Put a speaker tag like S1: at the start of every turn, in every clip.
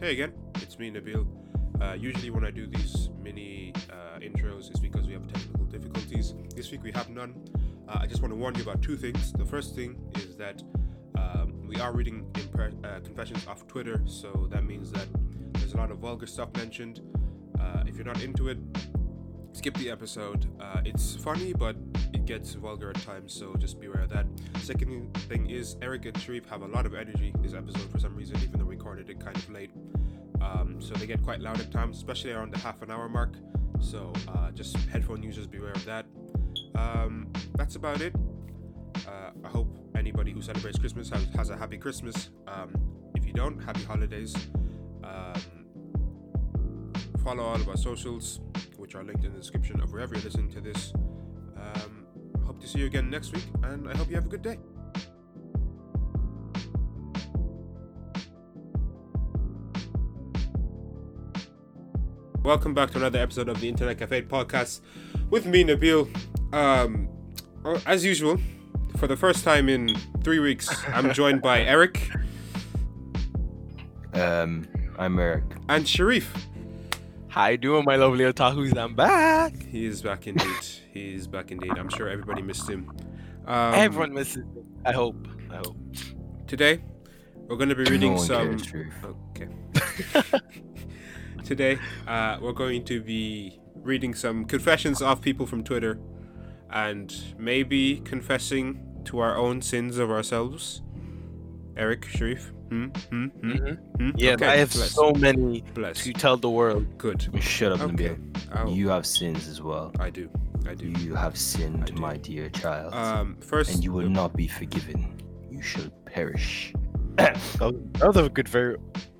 S1: Hey again, it's me Nabil. Uh, usually, when I do these mini uh, intros, it's because we have technical difficulties. This week we have none. Uh, I just want to warn you about two things. The first thing is that um, we are reading impre- uh, confessions off Twitter, so that means that there's a lot of vulgar stuff mentioned. Uh, if you're not into it, skip the episode. Uh, it's funny, but it gets vulgar at times, so just beware of that. Second thing is Eric and Sharif have a lot of energy this episode for some reason, even though we recorded it kind of late. Um, so they get quite loud at times, especially around the half an hour mark. So uh, just headphone users, beware of that. Um, that's about it. Uh, I hope anybody who celebrates Christmas has, has a happy Christmas. Um, if you don't, happy holidays. Um, follow all of our socials, which are linked in the description of wherever you're listening to this. Um, hope to see you again next week, and I hope you have a good day. Welcome back to another episode of the Internet Cafe podcast with me, Nabil. Um, uh, as usual, for the first time in three weeks, I'm joined by Eric
S2: Um, I'm Eric.
S1: and Sharif.
S3: How you doing, my lovely otakus? I'm back.
S1: He is back indeed. He is back indeed. I'm sure everybody missed him. Um,
S3: Everyone misses me. I hope. I hope.
S1: Today, we're going to be reading
S2: no one
S1: some.
S2: cares, Sharif.
S1: Okay. Today, uh, we're going to be reading some confessions of people from Twitter and maybe confessing to our own sins of ourselves. Eric, Sharif. Hmm, hmm, hmm, hmm.
S3: Yes,
S1: Okay,
S3: I have
S1: bless,
S3: so many
S1: Bless.
S3: to tell the world.
S1: Good.
S2: Shut up,
S1: Okay.
S2: Nabil.
S1: I'll-
S2: You have sins as well.
S1: I do. I do.
S2: You have
S1: I
S2: sinned,
S1: do.
S2: my dear child,
S1: Um, first,
S2: and you will not be forgiven. You shall perish.
S3: That was- Oh, that was a good, very,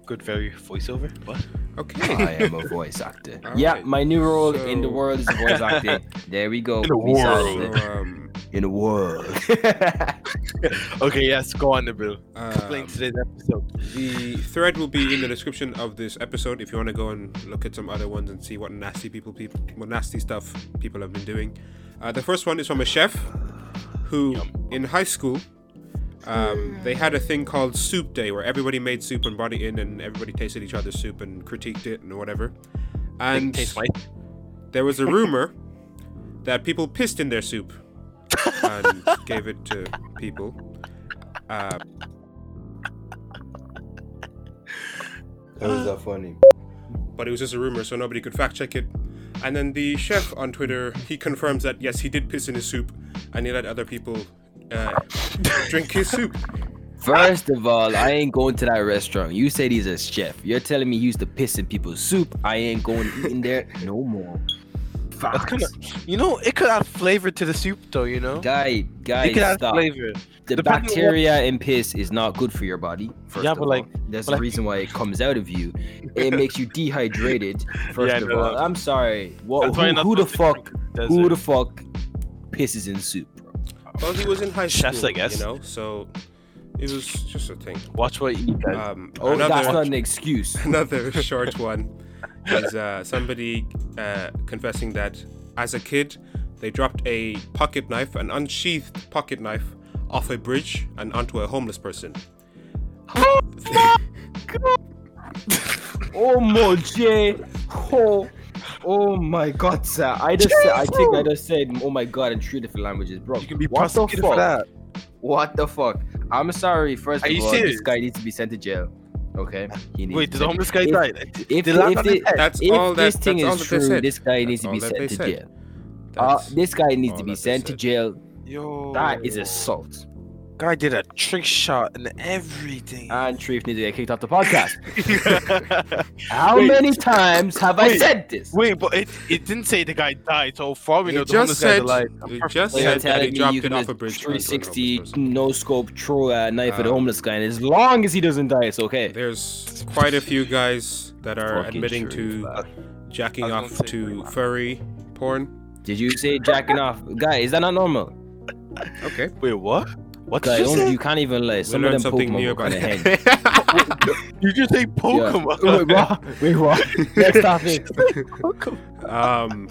S3: good, very voiceover. What?
S1: okay.
S2: I am a voice actor.
S1: All
S2: yeah,
S1: right,
S2: my new role in the
S1: so-
S2: world is voice acting. there we go.
S3: In the
S2: We solved
S1: So,
S2: it.
S1: um,
S2: In the world.
S3: Okay, yes, go on, Nabil. Explain
S1: um,
S3: today's episode.
S1: the thread will be in the description of this episode if you want to go and look at some other ones and see what nasty people, people what nasty stuff people have been doing. Uh, the first one is from a chef who, in high school, um, they had a thing called Soup Day where everybody made soup and brought it in and everybody tasted each other's soup and critiqued it and whatever. And
S3: Taste my
S1: there was a rumor that people pissed in their soup and gave it to people. Uh,
S2: that was so funny.
S1: but it was just a rumor, so nobody could fact check it. And then the chef on Twitter he confirms that yes, he did piss in his soup, and he let other people uh, drink his soup.
S2: First of all, I ain't going to that restaurant. You said he's a chef. You're telling me he used to piss in people's soup. I ain't going eating there no more.
S3: That's kinda-
S2: Facts.
S3: You know, it could add flavor to the soup, though. You know,
S2: Guy, guy,
S3: it could add
S2: stop.
S3: flavor.
S2: The,
S3: The problem was-
S2: bacteria in piss is not good for your body. First
S3: Yeah,
S2: of
S3: but
S2: all.
S3: like-
S2: there's
S3: but
S2: a
S3: like-
S2: reason why it comes out of you. It makes you dehydrated. First
S3: Yeah, I
S2: of
S3: know
S2: all,
S3: that.
S2: I'm sorry. What,
S3: That's why
S2: who,
S3: not
S2: who the
S3: supposed
S2: fuck?
S3: to drink
S2: Who the
S3: desert.
S2: fuck pisses in soup? Bro?
S1: Well, he was in high school,
S3: Chefs, I guess.
S1: you know, so it was just a thing.
S3: Watch what you eat, guys.
S1: Um,
S2: Oh, that's
S1: another
S2: not an excuse.
S1: another short one is uh, somebody uh, confessing that as a kid they dropped a pocket knife, an unsheathed pocket knife, off a bridge and onto a homeless person.
S2: Oh my J. Oh, oh my God, sir. I just, said, I think I just said, oh my God, in three different languages, bro.
S3: you can be
S2: what the
S3: prosecuted for
S2: fuck?
S3: that.
S2: What the fuck? I'm sorry. First
S3: Are
S2: of
S3: you
S2: all, this
S3: serious?
S2: guy needs to be sent to jail. Okay. He needs
S3: Wait,
S2: to
S3: did the homeless guy
S2: If-
S3: die?
S2: if,
S3: They
S2: if,
S3: land on
S2: thi-
S3: his head.
S1: That's
S2: if
S1: all that-
S2: this thing
S1: that's all
S2: is
S1: that they
S2: true,
S1: said.
S2: this guy needs to
S1: That's
S2: be
S1: all that
S2: sent to
S1: they said.
S2: jail. Uh,
S1: That's-
S2: this guy needs
S1: all
S2: to be
S1: that they
S2: sent to
S1: said.
S2: jail.
S3: Yo,
S2: That is assault.
S3: Guy did a trick shot and everything.
S2: And Sharif needs to get kicked off the podcast.
S3: Wait,
S2: How
S3: Wait.
S2: many times have I
S3: Wait.
S2: said this?
S3: but it, it didn't say the guy died, so far we
S1: It
S3: know the
S1: just
S3: homeless guy's
S1: said-
S3: alive.
S1: it just
S2: So
S1: said
S2: you're
S1: that he
S2: telling me
S1: dropped
S2: you
S1: it
S2: can
S1: off
S2: just
S1: a bridge onto a homeless
S2: 360
S1: person.
S2: no scope throw a knife at a
S1: Um,
S2: homeless guy, and as long as he doesn't die, it's okay.
S1: There's quite a few guys that are
S2: Fucking
S1: admitting
S2: Sharif,
S1: to
S2: lad.
S1: jacking
S3: I was gonna
S1: off
S3: say-
S1: to furry porn.
S2: Did you say jacking off, guy? Is that not normal?
S1: Okay.
S3: Wait, what? What
S2: Guy,
S3: did you
S2: don't,
S3: say?
S2: you can't even lie. Some of them Pokemon were kind of hen.
S3: You just say
S2: Yeah.
S3: Pokemon. Oh,
S2: Wait, what? Wait, what? Next topic.
S1: um,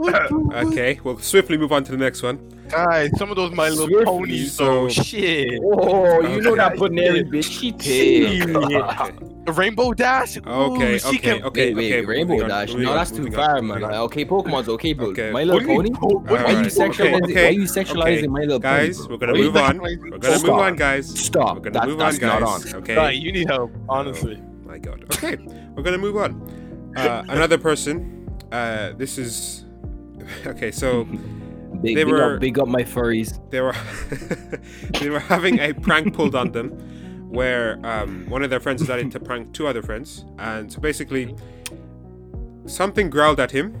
S1: Okay, we'll swiftly move on to the next one.
S3: Guys, some of those My Little
S2: Swiftly,
S3: Ponies,
S1: so-
S3: though. Shit.
S2: Oh,
S1: you know that
S3: Bonaire
S2: bitch. She
S3: thick.
S1: Okay,
S3: The Rainbow Dash? Ooh,
S1: okay,
S3: she
S1: okay,
S3: can-
S1: okay.
S2: wait, wait,
S1: okay,
S2: Rainbow
S1: moving on,
S2: Dash.
S1: moving
S2: No,
S1: on,
S2: that's too
S1: moving on,
S2: far,
S1: moving
S2: man.
S1: on.
S2: Okay, Pokemon's okay, bro.
S1: Okay.
S3: What
S2: My Little
S3: do you
S2: Pony.
S3: mean, po- what do
S2: Why you
S3: you
S1: Alright,
S3: mean,
S1: okay,
S2: sexualizing?
S1: okay.
S2: Why you sexualizing My Little
S1: Guys,
S2: Pony?
S1: we're
S2: bro?
S1: gonna
S2: Why you
S1: move on.
S3: sexualizing?
S1: We're gonna move
S2: Stop.
S1: on, guys.
S2: Stop.
S1: We're gonna
S2: That-
S1: move on,
S2: that's not
S1: guys.
S2: on.
S1: Okay.
S3: Nah, you need help, honestly.
S1: My God. Okay, we're gonna move on. Uh, another person. Uh, this is okay. So
S2: Big,
S1: They
S2: big
S1: were-
S2: up, big up my furries.
S1: they were they were having a prank pulled on them, where um, one of their friends decided to prank two other friends, and so basically something growled at him,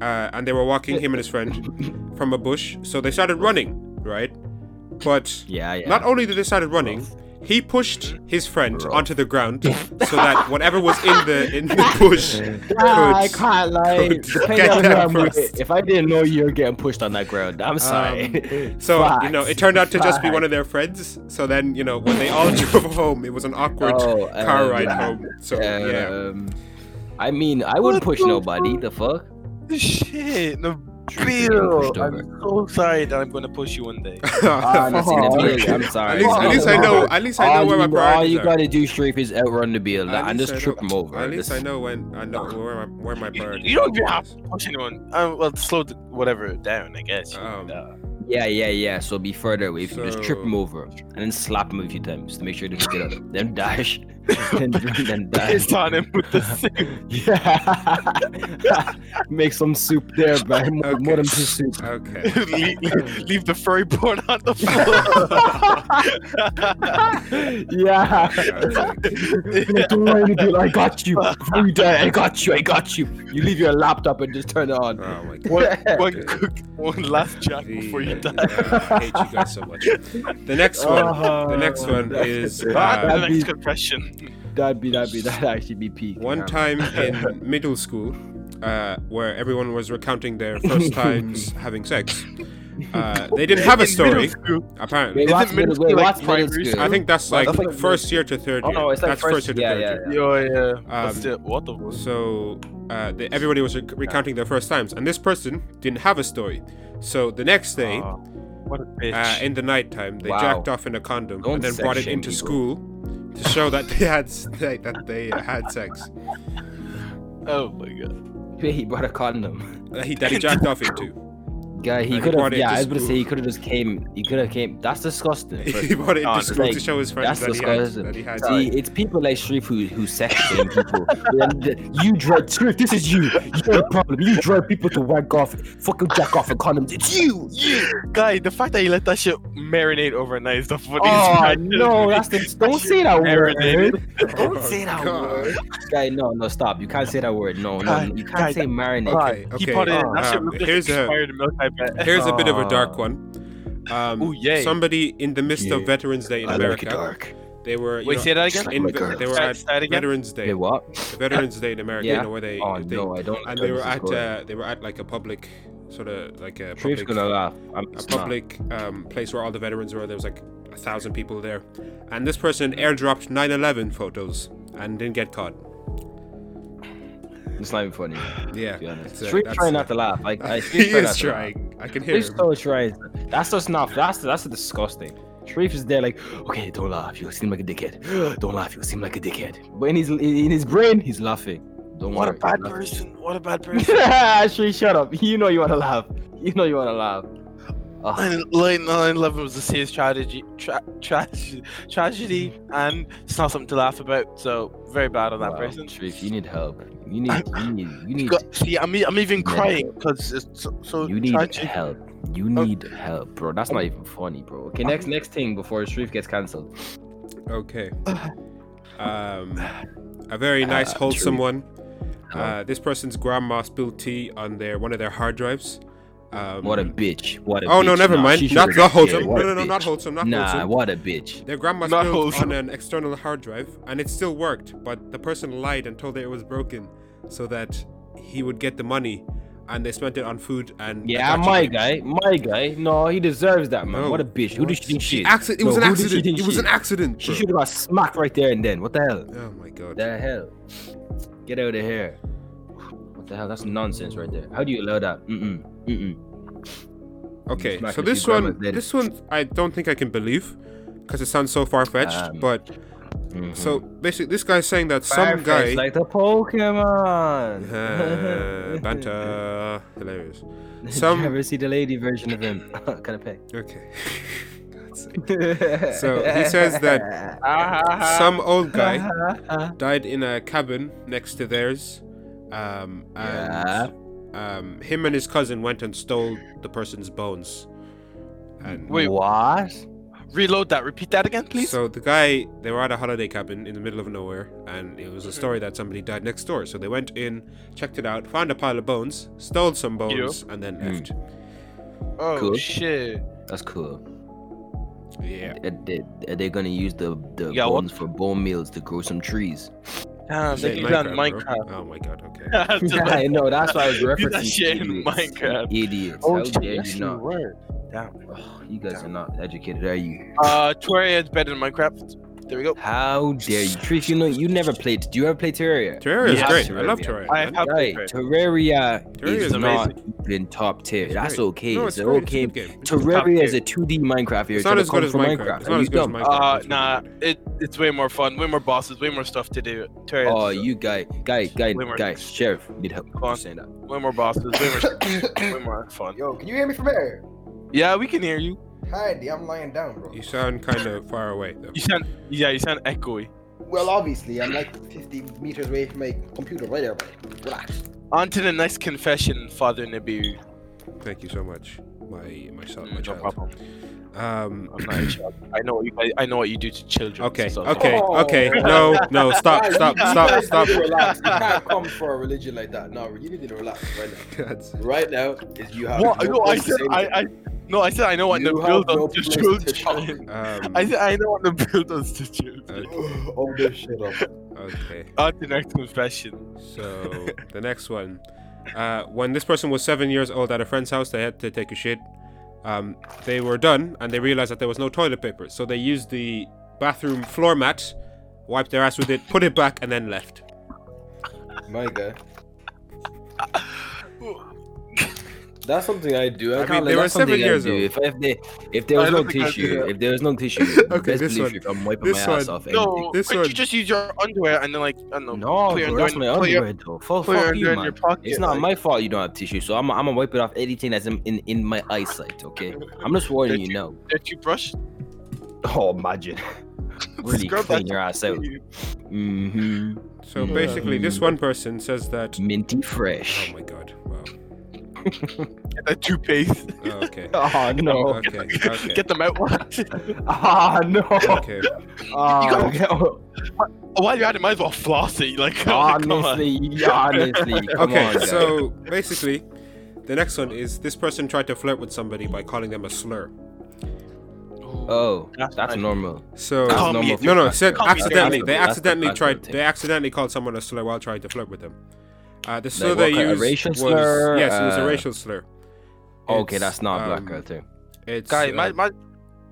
S1: uh, and they were walking him and his friend from a bush. So they started running, right? But
S2: Yeah, yeah.
S1: not only did they started running, he pushed his friend
S2: Rough.
S1: onto the ground so that whatever was in the in the bush
S2: Ah, I
S1: could-
S2: can't lie.
S1: could
S2: Depending
S1: get
S2: on who
S1: that
S2: I'm with,
S1: first. Um,
S2: if I didn't know you were getting pushed on that ground, I'm sorry.
S1: So you know,
S2: Facts.
S1: it turned out to just be
S2: Facts.
S1: one of their friends. So then you know, when they all drove home, it was an awkward
S2: Oh,
S3: Uh,
S1: car
S2: um,
S1: ride home. So yeah,
S2: Um, I mean, I wouldn't
S3: What
S2: push
S3: the
S2: nobody.
S3: fuck?
S2: the fuck?
S3: Shit, no.
S2: getting
S3: Bill,
S2: pushed
S3: I'm so sorry that I'm gonna push you one day.
S2: Ah, that's
S1: Fuck.
S2: it, really, I'm
S1: At
S2: sorry.
S1: least, at least I know. At least I know
S2: all
S1: where
S2: you,
S1: my
S2: all
S1: priorities
S2: you
S1: are.
S2: gotta do, Sharif, is outrun the bill
S1: At
S2: and
S1: least
S2: just
S1: I
S2: trip
S1: know-
S2: him over.
S1: At least I
S2: This-
S1: know when I know where my where my priorities.
S3: You don't even
S1: are.
S3: have to push anyone. Um, well, slow the, whatever down, I guess. You
S1: Um,
S3: could, uh,
S2: Yeah, yeah, yeah. So be further away. From him. Just trip him
S1: So-
S2: over and then slap him a few times to make sure he doesn't get up. Then dash. then, then dash.
S3: pissed on him with the suit.
S2: Yeah. Make some soup there, man. More,
S1: Okay.
S2: more than piss soup.
S1: Okay.
S3: leave, leave- leave the furry porn on the floor.
S2: yeah. Don't worry, dude. I got you. You die. I got you. I got you. You leave your laptop and just turn it on.
S1: Oh my god.
S3: one, one cook, one last jack before you
S1: The-
S3: die.
S1: uh, I hate you guys so much. The next one.
S2: Uh-huh.
S3: Oh,
S1: The next one is
S3: Ah,
S1: uh,
S3: the
S2: that'd,
S3: next
S2: be,
S3: confession.
S2: that'd be that'd be that'd actually be peak.
S1: One
S2: yeah.
S1: time in middle school, uh, where everyone was recounting their first times having sex, uh, they didn't have a
S3: In middle
S1: story.
S3: school-
S1: Apparently,
S2: Wait,
S3: Is
S2: what's
S3: it
S2: middle,
S3: middle
S2: wait,
S3: school,
S2: what's
S3: like,
S2: middle
S3: primary
S2: school?
S3: school?
S1: I think that's
S2: Well,
S1: like
S2: that's like-
S1: first year to third
S2: Oh
S1: year.
S2: no, it's like
S1: that's
S2: first.
S1: year to
S2: yeah,
S1: third
S2: yeah,
S1: year.
S2: yeah.
S3: Yo, yeah.
S1: Um,
S3: What's the, what the fuck?
S1: So uh, they, everybody was rec- recounting their first times, and this person didn't have a story. So the next day,
S3: Ah, what a bitch.
S1: uh, in the nighttime, they
S2: Wow.
S1: jacked off in a condom
S2: Don't
S1: and then
S2: sex
S1: brought it
S2: shame
S1: into
S2: people.
S1: school to show that they had s- that that they uh, had sex.
S3: oh my god.
S2: Wait, he brought a condom.
S1: That he, that he jacked off into.
S2: Guy,
S1: Like, he
S2: he could
S1: brought
S2: have.
S1: it
S2: Yeah,
S1: to
S2: I was gonna
S1: school.
S2: say he could have just came. He could have came. That's disgusting. first
S1: he brought it into
S3: honest,
S1: school to
S2: like,
S1: show his friends
S2: that's
S1: that he, had,
S2: disgusting.
S1: that he had.
S2: See, it's people like Sharif who who sex shame people. And the- you drive Sharif. This is you. You're the problem. You drive people to wank off, fucking jack off in condoms. It's you.
S3: Guy, the fact that you let that shit marinate overnight is the funniest
S2: Oh
S3: part of this
S2: no,
S3: movie.
S2: that's the, don't say that
S3: Marinated.
S2: word. Don't say that
S1: Oh, God.
S2: word. Guy, no, no, stop. You can't say that word. No, no,
S3: God,
S2: you can't
S3: God.
S2: say marinate.
S1: Okay,
S3: He
S1: okay.
S3: put it in. That shit
S1: um,
S3: looked like
S1: here's a-
S3: expired milk, I bet.
S1: Here's a bit of a dark
S2: Ah.
S1: one. Um,
S3: Ooh, yay.
S1: Somebody in the midst of
S2: Yeah.
S1: Veterans Day in America, they were. You
S3: Wait,
S1: know,
S3: say that again?
S1: in,
S2: Like a-
S1: they were
S3: Say-
S1: at
S3: say that again?
S1: Veterans Day.
S2: Wait, what?
S1: the Veterans Day in America, you
S2: Yeah.
S1: know, where they.
S2: Oh
S1: they
S2: no, I don't.
S1: and
S2: know
S1: they were
S2: this is
S1: at
S2: going.
S1: uh, they were at like a public sort of like a
S2: Sharif's
S1: public,
S2: gonna laugh. I'm
S1: a
S2: it's not.
S1: public um, place where all the veterans were. There was like a thousand people there, and this person airdropped 9/11 photos and didn't get caught.
S2: It's not even funny.
S1: Yeah,
S2: To be honest,
S1: it's, uh,
S2: Sharif
S1: that's-
S2: trying not to laugh. Like I,
S1: he
S2: Sharif trying not
S1: is
S2: to laugh.
S1: trying. I can hear
S2: Sharif's
S1: him.
S2: so trying. That's just not. That's that's disgusting. Sharif is there like, okay, don't laugh. You seem like a dickhead. Don't laugh. You seem like a dickhead. But in his in his brain, he's laughing. Don't
S3: What a
S2: worry.
S3: bad person. What a bad person.
S2: Actually, shut up. You know you want to laugh. You know you want to laugh. Oh,
S3: 9-11 was the serious tragedy, tra- tragedy, tragedy, and it's not something to laugh about. So very bad on that
S2: wow.
S3: person.
S2: Sharif, you need help. You need. You need. You need.
S3: Go- See, I'm, e- I'm even
S2: Yeah.
S3: crying because it's so, so
S2: You need
S3: tragic.
S2: help. You
S1: Oh.
S2: need help, bro. That's not even funny, bro. Okay, next next thing before Sharif gets cancelled.
S1: Okay.
S2: Ah.
S1: Um, a very nice, wholesome
S2: true.
S1: one.
S2: Oh.
S1: Uh, this person's grandma spilled tea on their one of their hard drives. Um,
S2: What a bitch. What a
S1: Oh
S2: bitch.
S1: no, never
S2: Nah, she
S1: mind. Not, not
S2: should've got
S1: wholesome.
S2: killed.
S1: No,
S2: What a
S1: no, no, not
S2: bitch.
S1: wholesome. Not
S2: Nah,
S1: wholesome.
S2: what a bitch.
S1: Their grandma
S3: Not
S1: spilled
S3: wholesome.
S1: on an external hard drive, and it still worked. But the person lied and told her it was broken, so that he would get the money, and they spent it on food and.
S2: Yeah,
S1: gacha
S2: my
S1: games.
S2: guy, my guy. No, he deserves that, man.
S1: No,
S2: What a bitch. Who
S1: what?
S2: did she think she is?
S1: Oh. Acci- it was
S2: No,
S1: an
S2: who did she
S1: accident.
S2: think
S1: It was
S2: she
S1: an
S2: is?
S1: accident.
S2: She
S1: bro.
S2: should have got smacked right there and then. What the hell?
S1: Oh my god.
S2: The hell? Get out of here. What the hell? That's nonsense right there. How do you allow that? Mm-mm. Mm-mm.
S1: Okay,
S2: Smack
S1: so
S2: a
S1: this
S2: few
S1: one,
S2: grandmas dead.
S1: this one, I don't think I can believe because it sounds so far fetched.
S2: Um,
S1: but
S2: Mhm.
S1: so basically, this guy's saying that some
S2: Firefest,
S1: guy
S2: like the Pokemon.
S1: Uh, banter, hilarious.
S2: Did
S1: some-
S2: you ever see the lady version of him? kind of pay.
S1: Okay, God's sake. So he says that-
S3: Some
S1: some old guy died in a cabin next to theirs, um, and um, him and his cousin went and stole the person's bones. And
S3: Wait.
S2: what?
S3: reload that. Repeat that again, please.
S1: So the guy, they were at a holiday cabin in the middle of nowhere, and it was
S3: Mm-hmm.
S1: a story that somebody died next door. So they went in, checked it out, found a pile of bones, stole some bones, and then
S2: Mm.
S1: left.
S3: oh
S2: cool.
S3: shit.
S2: That's cool. Hmm.
S1: Yeah.
S2: Are Uh, they, are they gonna use the the
S3: Yeah, what-
S2: bones for bone meals to grow some trees?
S3: Damn,
S1: Is
S3: they
S1: it
S3: can play Ah, on
S1: Minecraft, bro? Oh
S3: Minecraft.
S1: my god. Okay.
S3: That's what I-
S2: I know. That's why I was
S3: Do that
S2: referencing.
S3: shit in
S2: idiots, you
S3: Minecraft.
S2: Idiots.
S3: Oh
S2: How
S3: shit,
S2: dare
S3: yes,
S2: you
S3: you
S2: not?
S3: were. Damn.
S2: Oh, you guys are not educated, are you?
S3: Uh, Terraria is better than Minecraft. There we go.
S2: How dare you, Trish? You know you never played. Do you ever play Terraria?
S1: Terraria is
S3: Yeah,
S1: great. I love
S2: Terraria.
S1: Terraria.
S3: I
S1: man.
S3: have
S2: Right,
S3: Terraria.
S2: Terraria,
S1: Terraria
S2: is,
S1: is
S2: not even top tier.
S1: It's
S2: That's
S1: great.
S2: okay.
S1: No,
S2: it's
S1: it's
S2: an
S1: great. It's a
S2: okay.
S1: good game. It's
S2: Terraria
S3: tier.
S2: is a 2D Minecraft. Here.
S1: It's not
S2: gonna
S1: as good
S2: come
S1: as
S2: from
S1: Minecraft. It's
S2: Are
S1: not
S2: you
S1: as good as
S2: dumb?
S1: Minecraft.
S3: Uh,
S1: It's really
S3: nah,
S1: good.
S3: it, it's way more fun, way more bosses, way more stuff to do. Terraria.
S2: Oh,
S3: is
S2: you guy, guy, guy,
S3: Way more-
S2: guy, sheriff, need help.
S3: on.
S2: Just saying that.
S3: way more bosses, way more, stuff, way more fun.
S4: Yo, can you hear me from there?
S3: Yeah, we can hear you.
S4: Hi, D, I'm lying down, bro.
S1: You sound kind of far away though.
S3: You sound, yeah, you sound echoey.
S4: Well, obviously, I'm like 50 meters away from my computer right there, but relax.
S3: On to the next confession, Father Nibiru.
S1: Thank you so much, my my
S2: Mm,
S1: son, Oh, my
S3: no
S1: child.
S3: problem.
S1: Um.
S3: I'm not your child. I know what you, I, I know what you do to children.
S1: Okay.
S3: so-
S1: Okay.
S4: Oh.
S1: Okay. No. No. Stop.
S4: Guys,
S1: Stop.
S4: you
S1: Stop.
S4: guys
S1: Stop.
S4: need to relax. You can't come for a religion like that. No, you need to relax right now.
S1: God's sake.
S4: Right now, is you have.
S3: What?
S4: no
S3: No, I
S4: place to
S3: said
S4: say
S3: I,
S4: anything.
S3: I no, I said I know what
S4: You
S3: the
S4: have
S3: build
S4: no
S3: does to
S4: place to
S3: children.
S1: Um,
S3: I said I know what the build does to children.
S1: Okay.
S4: Oh, this shit up.
S1: okay.
S3: On to the next confession.
S1: So the next one, uh, when this person was seven years old at a friend's house, they had to take a shit. Um, they were done and they realized that there was no toilet paper, so they used the bathroom floor mat, wiped their ass with it, put it back, and then left.
S4: My guy. That's something I do.
S1: I
S4: I,
S1: mean,
S4: can't
S1: they
S4: let
S1: were
S4: that-
S2: That's
S1: seven
S2: something I
S1: years
S2: do.
S1: old.
S2: If, if, they, if there
S3: I
S2: was no
S3: don't think I'd do
S2: tissue,
S3: that.
S2: if there was no tissue,
S1: Okay, this
S2: best believe
S1: one.
S2: you- I'm wiping
S1: This
S2: my ass
S1: one.
S2: off.
S3: No,
S1: This
S3: could
S1: one-
S3: you just use your underwear and then like I don't know? put your
S2: everything. no, bro, that's my
S3: underwear in- put your-
S2: underwear though. Fuck,
S3: put your
S2: fuck you,
S3: underwear in
S2: man.
S3: your pocket.
S2: It's not
S3: like-
S2: my fault you don't have tissue, so I'm I'm gonna wipe it off anything that's in in, in my eyesight. Okay, I'm just warning
S3: Did
S2: you
S3: you-
S2: now.
S3: that you brush.
S2: Oh, imagine. really
S3: Scrub
S2: clean
S3: that
S2: your ass out.
S3: You-
S2: hmm
S1: So
S2: Yeah.
S1: basically, this one person says that.
S2: Minty
S1: Oh
S2: fresh.
S1: my god! Wow.
S3: Get that toothpaste.
S1: Oh, okay.
S2: Oh no.
S1: Okay. Okay.
S3: Get them out.
S2: Ah no.
S1: Okay.
S2: Ah, no.
S3: While you're at it, might as well floss it. Like come on.
S2: honestly, honestly. Come
S1: Okay.
S2: on, guys.
S1: So basically, the next one is this person tried to flirt with somebody by calling them a slur.
S2: Oh,
S3: That's
S2: that's
S3: nice.
S2: normal.
S1: So.
S2: That's
S3: Call
S2: normal.
S3: me-
S2: for
S1: No, no,
S2: black
S1: it said
S2: people.
S3: Can't be
S1: accidentally.
S2: That's
S1: They
S2: the- that's the
S1: accidentally
S2: black
S1: tried.
S2: people
S1: They
S2: thing.
S1: accidentally called someone a slur while trying to flirt with them. Uh, the slur
S2: what
S1: they
S2: kind of
S1: used
S2: racial
S1: was
S2: slur?
S1: yes, it was a
S2: Uh,
S1: racial slur.
S2: Okay,
S1: It's,
S2: that's not a black
S1: um,
S2: girl too.
S1: It's
S3: Guy,
S1: uh,
S3: my, my,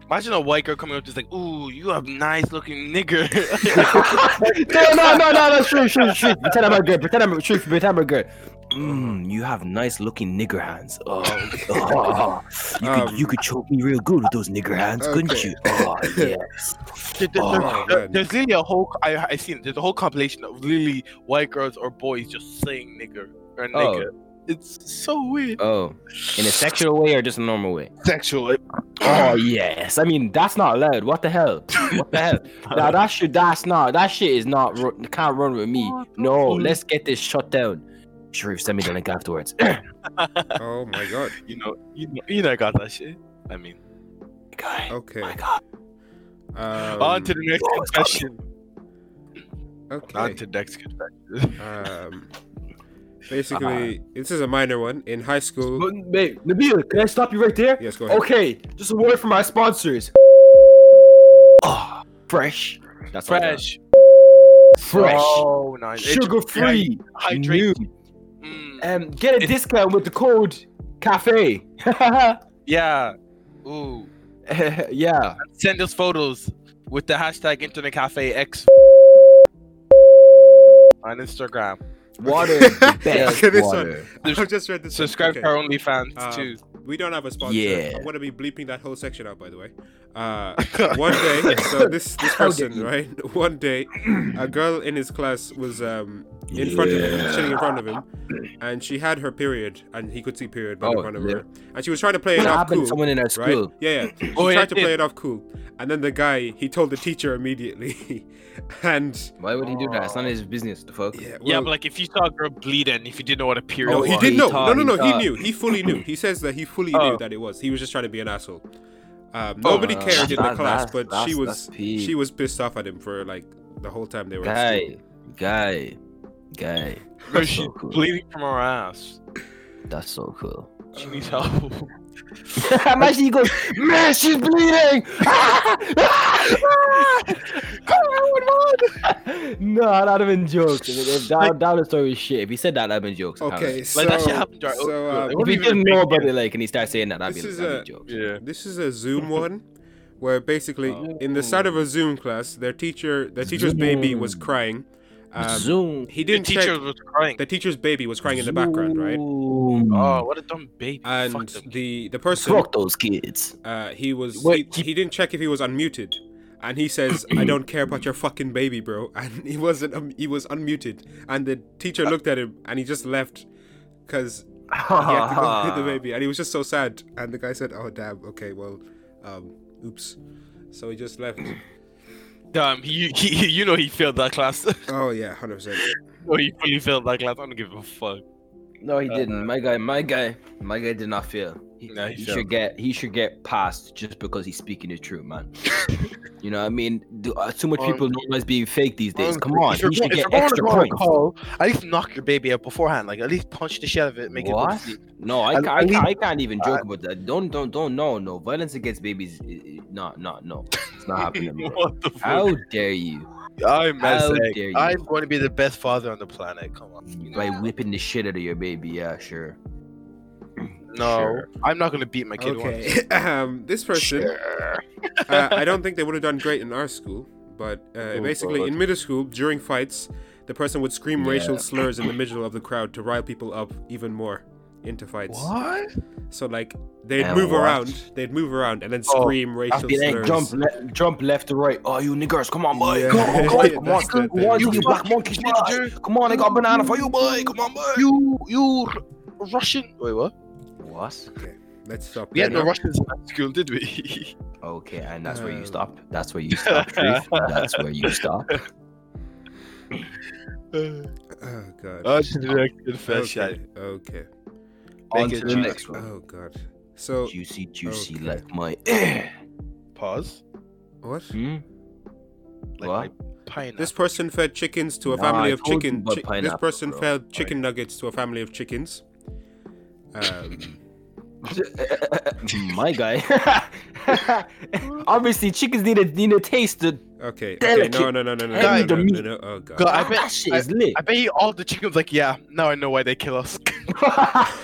S3: imagine a white girl coming up just like, ooh, you have nice looking nigger.
S2: no, no, no, no, no, truth, truth, truth. Pretend I'm a girl. Pretend I'm a truth. Pretend I'm a girl. Mm, you have nice looking nigger hands. Oh, oh. You,
S1: Um,
S2: could, you could choke me real good with those nigger hands, couldn't
S1: okay.
S2: you? Oh, yes.
S3: There- there-
S2: Oh,
S1: my
S3: there-
S1: God.
S3: there's literally a whole I I seen it. there's a whole compilation of literally white girls or boys just saying nigger or nigger. It's so weird.
S2: Oh, in a sexual way or just a normal way?
S3: Sexual. it-
S2: Oh yes. I mean, that's not allowed. What the hell? What the hell? Now that shit, that's not. That shit is not. ru- Can't run with me. No, let's get this shut down. Sharif, send me the link afterwards.
S1: oh my god.
S3: You know, you know, you know, I got that shit. I mean,
S2: Guy.
S1: Okay.
S2: My God.
S1: Um,
S3: on to the next
S2: oh, it's coming.
S3: confession. On
S1: okay.
S3: to the next confession.
S1: Um, basically,
S2: Uh-huh.
S1: this is a minor one. In high school,
S2: Wait, Nabil, can I stop you right there?
S1: yes, go ahead.
S2: Okay, just a word from our sponsors. Oh, fresh. That's all I got.
S3: Fresh.
S2: Fresh.
S3: Oh, nice. It-
S2: Sugar free.
S3: Hydrate. Mm,
S2: Um, get a
S3: It-
S2: discount with the code CAFE.
S3: yeah. Ooh.
S2: yeah.
S3: Send us photos with the hashtag Internet Cafe X on Instagram.
S2: Water is the best
S1: Okay, this one.
S2: water.
S1: I've just read this. one.
S3: Subscribe
S1: Okay.
S3: to our OnlyFans
S1: Uh,
S2: Um,
S3: too.
S1: We don't have a sponsor.
S2: Yeah.
S1: I'm gonna be bleeping that whole section out, by the way. Uh, one day, so this this
S4: How dare
S1: person,
S4: you.
S1: right? One day, a girl in his class was um in front of him, sitting in front of him, and she had her period, and he could see period, but in
S2: Oh,
S1: front of
S2: yeah.
S1: her, and she was trying to play it
S2: It
S1: off
S2: happened
S1: cool,
S2: to someone in our
S1: right?
S2: school.
S1: Yeah, yeah. She
S3: Oh, yeah,
S1: tried
S3: it
S1: to play
S3: did.
S1: it off cool, and then the guy he told the teacher immediately, and
S2: Why would he do that? It's none of his business. The fuck.
S1: yeah,
S3: yeah,
S1: well,
S3: but like if you saw a girl bleed and if you didn't know what a period
S1: no,
S3: was,
S1: he did
S2: he
S1: know. No,
S2: thought-
S1: no, no.
S2: he
S1: He
S2: thought-
S1: knew. He fully knew. He says that he fully knew
S3: Oh.
S1: that it was. He was just trying to be an asshole. Um, nobody
S2: Uh,
S1: cared in the
S2: that-
S1: class,
S2: that's-
S1: but she
S2: that's-
S1: was
S2: that's peak.
S1: she was pissed off at him for like the whole time they were. at school.
S2: guy, guy, guy.
S3: Bro,
S2: That's
S3: she's
S2: so cool.
S3: bleeding from her ass.
S2: That's so cool.
S3: She needs help.
S2: Imagine he goes, man, she's bleeding.
S1: Ah!
S2: no, that'd have been jokes. If- if that,
S3: Like-
S2: that would have story was shit. If he said that, that'd have been jokes.
S1: Okay, so,
S3: Like, that shit happened to our own
S1: so
S3: girl.
S1: um,
S3: It
S2: If
S3: wouldn't
S2: he
S3: even
S2: didn't
S3: make
S2: know about
S3: sense.
S2: it, like, and he starts saying that, that'd be,
S1: This is
S2: that'd be
S1: a-
S2: jokes.
S3: yeah.
S1: this is a Zoom one, where basically in the start of a Zoom class, their teacher, their teacher's baby was crying. Um,
S2: Zoom.
S1: he
S3: The
S1: didn't
S3: teacher
S1: check.
S3: was crying.
S1: The teacher's baby was crying in the background, right?
S2: Zoom.
S3: Oh, what a dumb baby. Fuck
S1: And
S3: them.
S1: the the person
S2: Fuck those kids.
S1: Uh, he was
S2: Wait,
S1: he, he didn't check if he was unmuted, and he says, "I don't care about your fucking baby, bro." And he wasn't. Um, he was unmuted, and the teacher
S3: Uh,
S1: looked at him, and he just left because he had to go
S3: Uh-huh.
S1: with the baby, and he was just so sad. And the guy said, "Oh damn, okay, well, um, oops." So he just left.
S3: Damn, he, he, he- you know he failed that class.
S1: Oh yeah, hundred percent.
S3: no, he fully failed that class. I don't give a fuck.
S2: No, he
S3: Uh,
S2: didn't. My guy, my guy, my guy did not fail. He,
S3: Nah, he
S2: he
S3: failed.
S2: should get he should get passed just because he's speaking the truth, man. you know, what I mean, Do, uh, too much
S3: Um,
S2: people know what's being fake these days. Come on,
S3: If you're,
S2: he should
S3: go- if you're
S2: get
S3: going to
S2: extra
S3: go on a
S2: points.
S3: call, at least knock your baby out beforehand. Like, at least punch the shit out of it, make it go
S2: What?
S3: to sleep.
S2: No, I,
S3: I-
S2: ca- I,
S3: I
S2: can't,
S3: mean-
S2: I can't even joke about that. Don't, don't, don't. No, no. Violence against babies, i- i- no, no, no. It's not happening. bro.
S3: what the fuck?
S2: How dare you?
S3: I'm
S2: how
S3: messing.
S2: dare you.
S3: I'm going to be the best father on the planet. Come on.
S2: By whipping the shit out of your baby, yeah, sure.
S3: No, I'm not going to beat my kid once.
S1: Okay. um, this person, uh, I don't think they would have done great in our school, but uh,
S3: Oh,
S1: basically in middle school during fights, the person would scream racial slurs in the middle of the crowd to rile people up even more into fights.
S3: What?
S1: So like they'd
S2: Yeah,
S1: move
S2: what?
S1: around, they'd move around and then
S3: Oh,
S1: scream racial
S2: I'd be like,
S1: slurs.
S2: jump, le- jump left to right. Oh, you niggers, come on, boy.
S1: Yeah.
S2: Come on,
S1: Yeah,
S2: come on,
S1: that's
S2: come
S1: the thing.
S2: on,
S1: You
S2: you, black monkeys, boy. Come on, I got banana for you, boy. Come on, boy.
S3: You, you R- Russian. Wait, what?
S2: What?
S1: Let's stop.
S3: We had
S1: there
S3: no
S1: now.
S3: Russians in high school, did we?
S2: Okay, and that's where
S1: Um,
S2: you
S3: Uh.
S2: stop. That's where you stop, Truth. That's where you stop.
S3: I
S1: Oh god.
S3: just reacted first
S1: okay.
S3: Oh, shit.
S1: okay.
S2: On
S3: Make
S2: to
S3: it
S2: the
S3: juicy.
S2: next one.
S1: Oh god. So
S2: Juicy, juicy,
S1: okay.
S2: like my. Eh.
S3: Pause.
S1: what?
S2: Hmm?
S3: Like
S2: What?
S3: my pineapple.
S1: This person fed chickens to a
S2: Nah,
S1: family
S2: I
S1: of
S2: told you
S1: chicken.
S2: about
S1: chi- this
S2: pineapple,
S1: person
S2: bro.
S1: fed chicken nuggets to a family of chickens. Um,
S2: my guy. Obviously, chickens need a need a taste. To,
S1: okay. Okay. No.
S2: Delicate
S1: No. No. No. No.
S2: hand
S1: No. No.
S2: of
S1: no,
S2: meat.
S1: no. Oh god.
S3: God, I
S2: Ah, that
S3: bet.
S2: shit is lit.
S3: I bet you all the chickens like, yeah. Now I know why they kill us.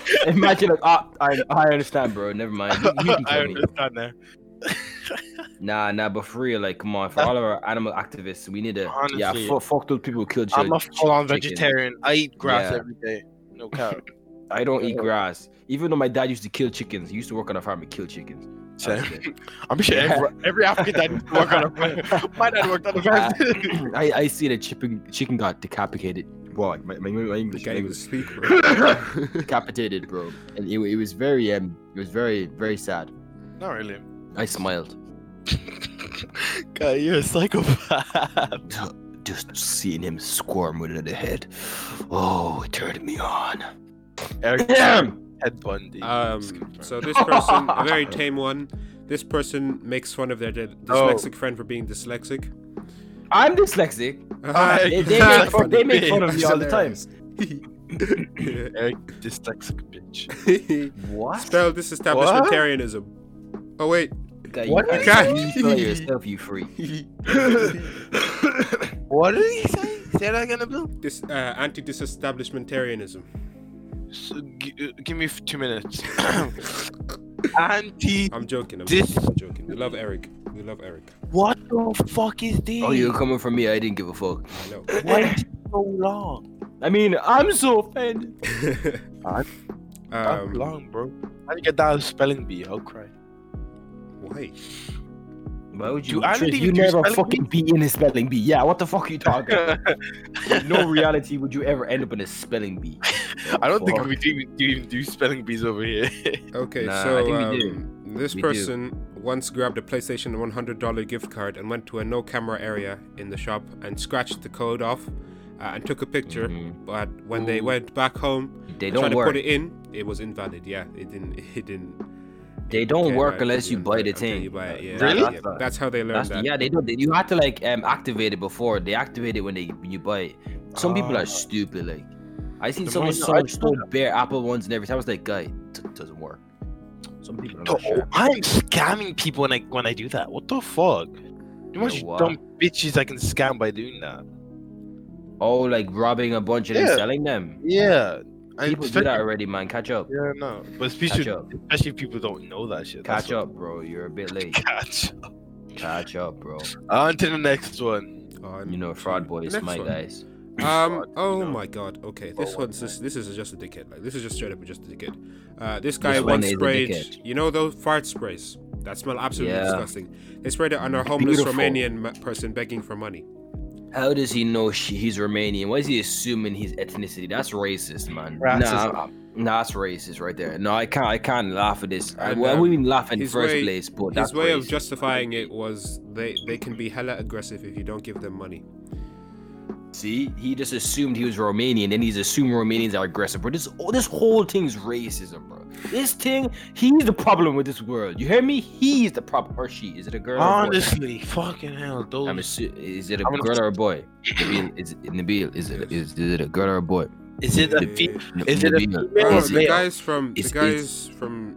S2: Imagine, like, ah, I I understand, bro. Never mind. You, you can
S3: I
S2: tell me.
S3: understand now.
S2: Nah, nah, but for real, like, come on. For
S3: That's-
S2: all of our animal activists, we need to. yeah,
S3: Honestly.
S2: fu- fuck those people who kill
S3: I'm
S2: children.
S3: a full-on
S2: chicken.
S3: vegetarian. I eat grass
S2: Yeah.
S3: every day. No cow.
S2: I don't eat grass. Even though my dad used to kill chickens, he used to work on a farm and kill chickens. I
S3: Same.
S2: was there.
S3: I'm sure
S2: Yeah.
S3: every, every African dad used to work on a farm. My dad worked on a farm.
S2: I, I see that chicken chicken got decapitated. Wow, my, my, my
S1: The
S2: English
S1: guy
S2: language
S1: was speak. bro.
S2: decapitated, bro. And it, wa- it was very um, it was very very sad.
S3: Not really.
S2: I smiled.
S3: God, you're a psychopath.
S2: Just seeing him squirm within the head. Oh, it turned me on.
S3: Eric
S2: Damn.
S3: Ted Bundy.
S1: Um, so this person, a very tame one. This person makes fun of their de-
S2: Oh.
S1: dyslexic friend for being dyslexic.
S2: I'm dyslexic.
S3: I-
S2: Ah, They, they make fun, they
S3: fucking
S2: make fun of
S1: big.
S2: me all the time.
S3: Eric dyslexic bitch.
S2: What?
S1: Spell disestablishmentarianism. Oh wait.
S2: Guy,
S3: What?
S2: You,
S1: God.
S2: can't you spell yourself, you freak.
S3: What did he say? Say that again, Bill.
S1: This uh, anti-disestablishmentarianism.
S3: So, g- uh, give me f- two minutes. Anti.
S1: I'm joking. I'm
S3: Dis-
S1: joking. I'm joking. We love Eric. We love Eric.
S3: What the fuck is this?
S2: Oh, you're coming for me. I didn't give a fuck.
S1: I know.
S3: Why is it so long?
S2: I mean, I'm so offended.
S3: That's
S1: um,
S3: long, bro. How do you get that out of spelling bee? Oh, I'll cry.
S1: why?
S2: Why would
S3: Do I
S2: Trish,
S3: even
S2: you
S3: do
S2: never
S3: spelling
S2: fucking be in a spelling bee. Yeah, what the fuck are you talking? about? In no reality would you ever end up in a spelling bee.
S3: I don't think
S2: Fuck.
S3: we do, do even do spelling bees over here.
S1: Okay,
S2: Nah, I
S1: so
S2: think we do.
S1: um, this
S2: We do.
S1: person once grabbed a PlayStation $100 gift card and went to a no camera area in the shop and scratched the code off uh, and took a picture.
S2: Mhm.
S1: But when they
S2: Ooh.
S1: went back home
S2: They
S1: and tried
S2: don't
S1: to
S2: work.
S1: put it in, it was invalid. Yeah, it didn't. It didn't.
S2: They don't
S1: Okay,
S2: work
S1: right,
S2: unless you
S1: yeah,
S2: buy the
S1: until
S2: thing.
S1: you buy it, yeah.
S3: Really?
S1: Yeah, That's how they learned
S2: That's-
S1: that.
S2: yeah, they don't. They, you have to like um activate it before they activate it when they when you buy it. Some people
S3: Ah.
S2: are stupid. Like I seen
S3: The
S2: someone
S3: most- I
S2: sold
S3: just
S2: stole bare Apple ones and every time I was like, guy, it doesn't work. Some people are
S3: Yo,
S2: not sure.
S3: I'm scamming people when I when I do that. What the fuck? You
S2: Yo,
S3: much
S2: what?
S3: dumb bitches I can scam by doing that.
S2: Oh, like robbing a bunch and
S3: Yeah.
S2: then selling them.
S3: Yeah, I
S2: People do
S3: expect-
S2: that already, man. Catch up.
S3: Yeah, no, but
S2: Catch
S3: especially
S2: up.
S3: especially if people don't know that shit. that's
S2: Catch up, bro. You're a bit late.
S3: what- Catch.
S2: Catch up, bro.
S3: On to the next one.
S1: On
S2: You know,
S1: to
S2: fraud
S1: the
S2: boys,
S1: next
S2: my
S1: one.
S2: guys.
S1: Um.
S3: Fraud,
S1: Oh
S3: you know.
S1: my God. Okay. This
S3: one
S1: one's just, this is just a dickhead. Like this is just straight up just a dickhead. Uh, this guy
S2: This one
S1: once
S2: is a
S1: sprayed.
S2: dickhead.
S1: You know those fart sprays that smell absolutely
S2: Yeah.
S1: disgusting. They sprayed it on a homeless
S2: Beautiful.
S1: Romanian ma- person begging for money.
S2: How does he know she, he's Romanian? Why is he assuming his ethnicity? That's racist, man.
S3: Racism.
S2: Nah, I- nah, that's racist right there. No, I can't. I can't laugh at this. I,
S1: And,
S2: well, I
S1: um,
S2: wouldn't even laugh in the
S1: his
S2: first
S1: way-
S2: place, but
S1: His
S2: that's
S1: way of
S2: racist.
S1: justifying it was they they can be hella aggressive if you don't give them money.
S2: See, he just assumed he was Romanian, and he's assumed Romanians are aggressive. But this, oh, this whole thing's racism, bro. This thing, he's the problem with this world. You hear me? He's the problem, or she? Is it a girl? or a boy?
S3: Honestly, fucking hell, those.
S2: I'm assu- is it a
S3: I'm gonna-
S2: girl or a boy? Nabil, is it Nabil? Is it is, is it a girl or a boy?
S3: is it a
S1: Uh,
S3: fe-
S2: N-
S3: Is it a
S2: Nabil.
S1: bro,
S3: female or
S2: is it-
S1: Oh, the
S3: male?
S1: guys from the
S2: It's-
S1: guys from.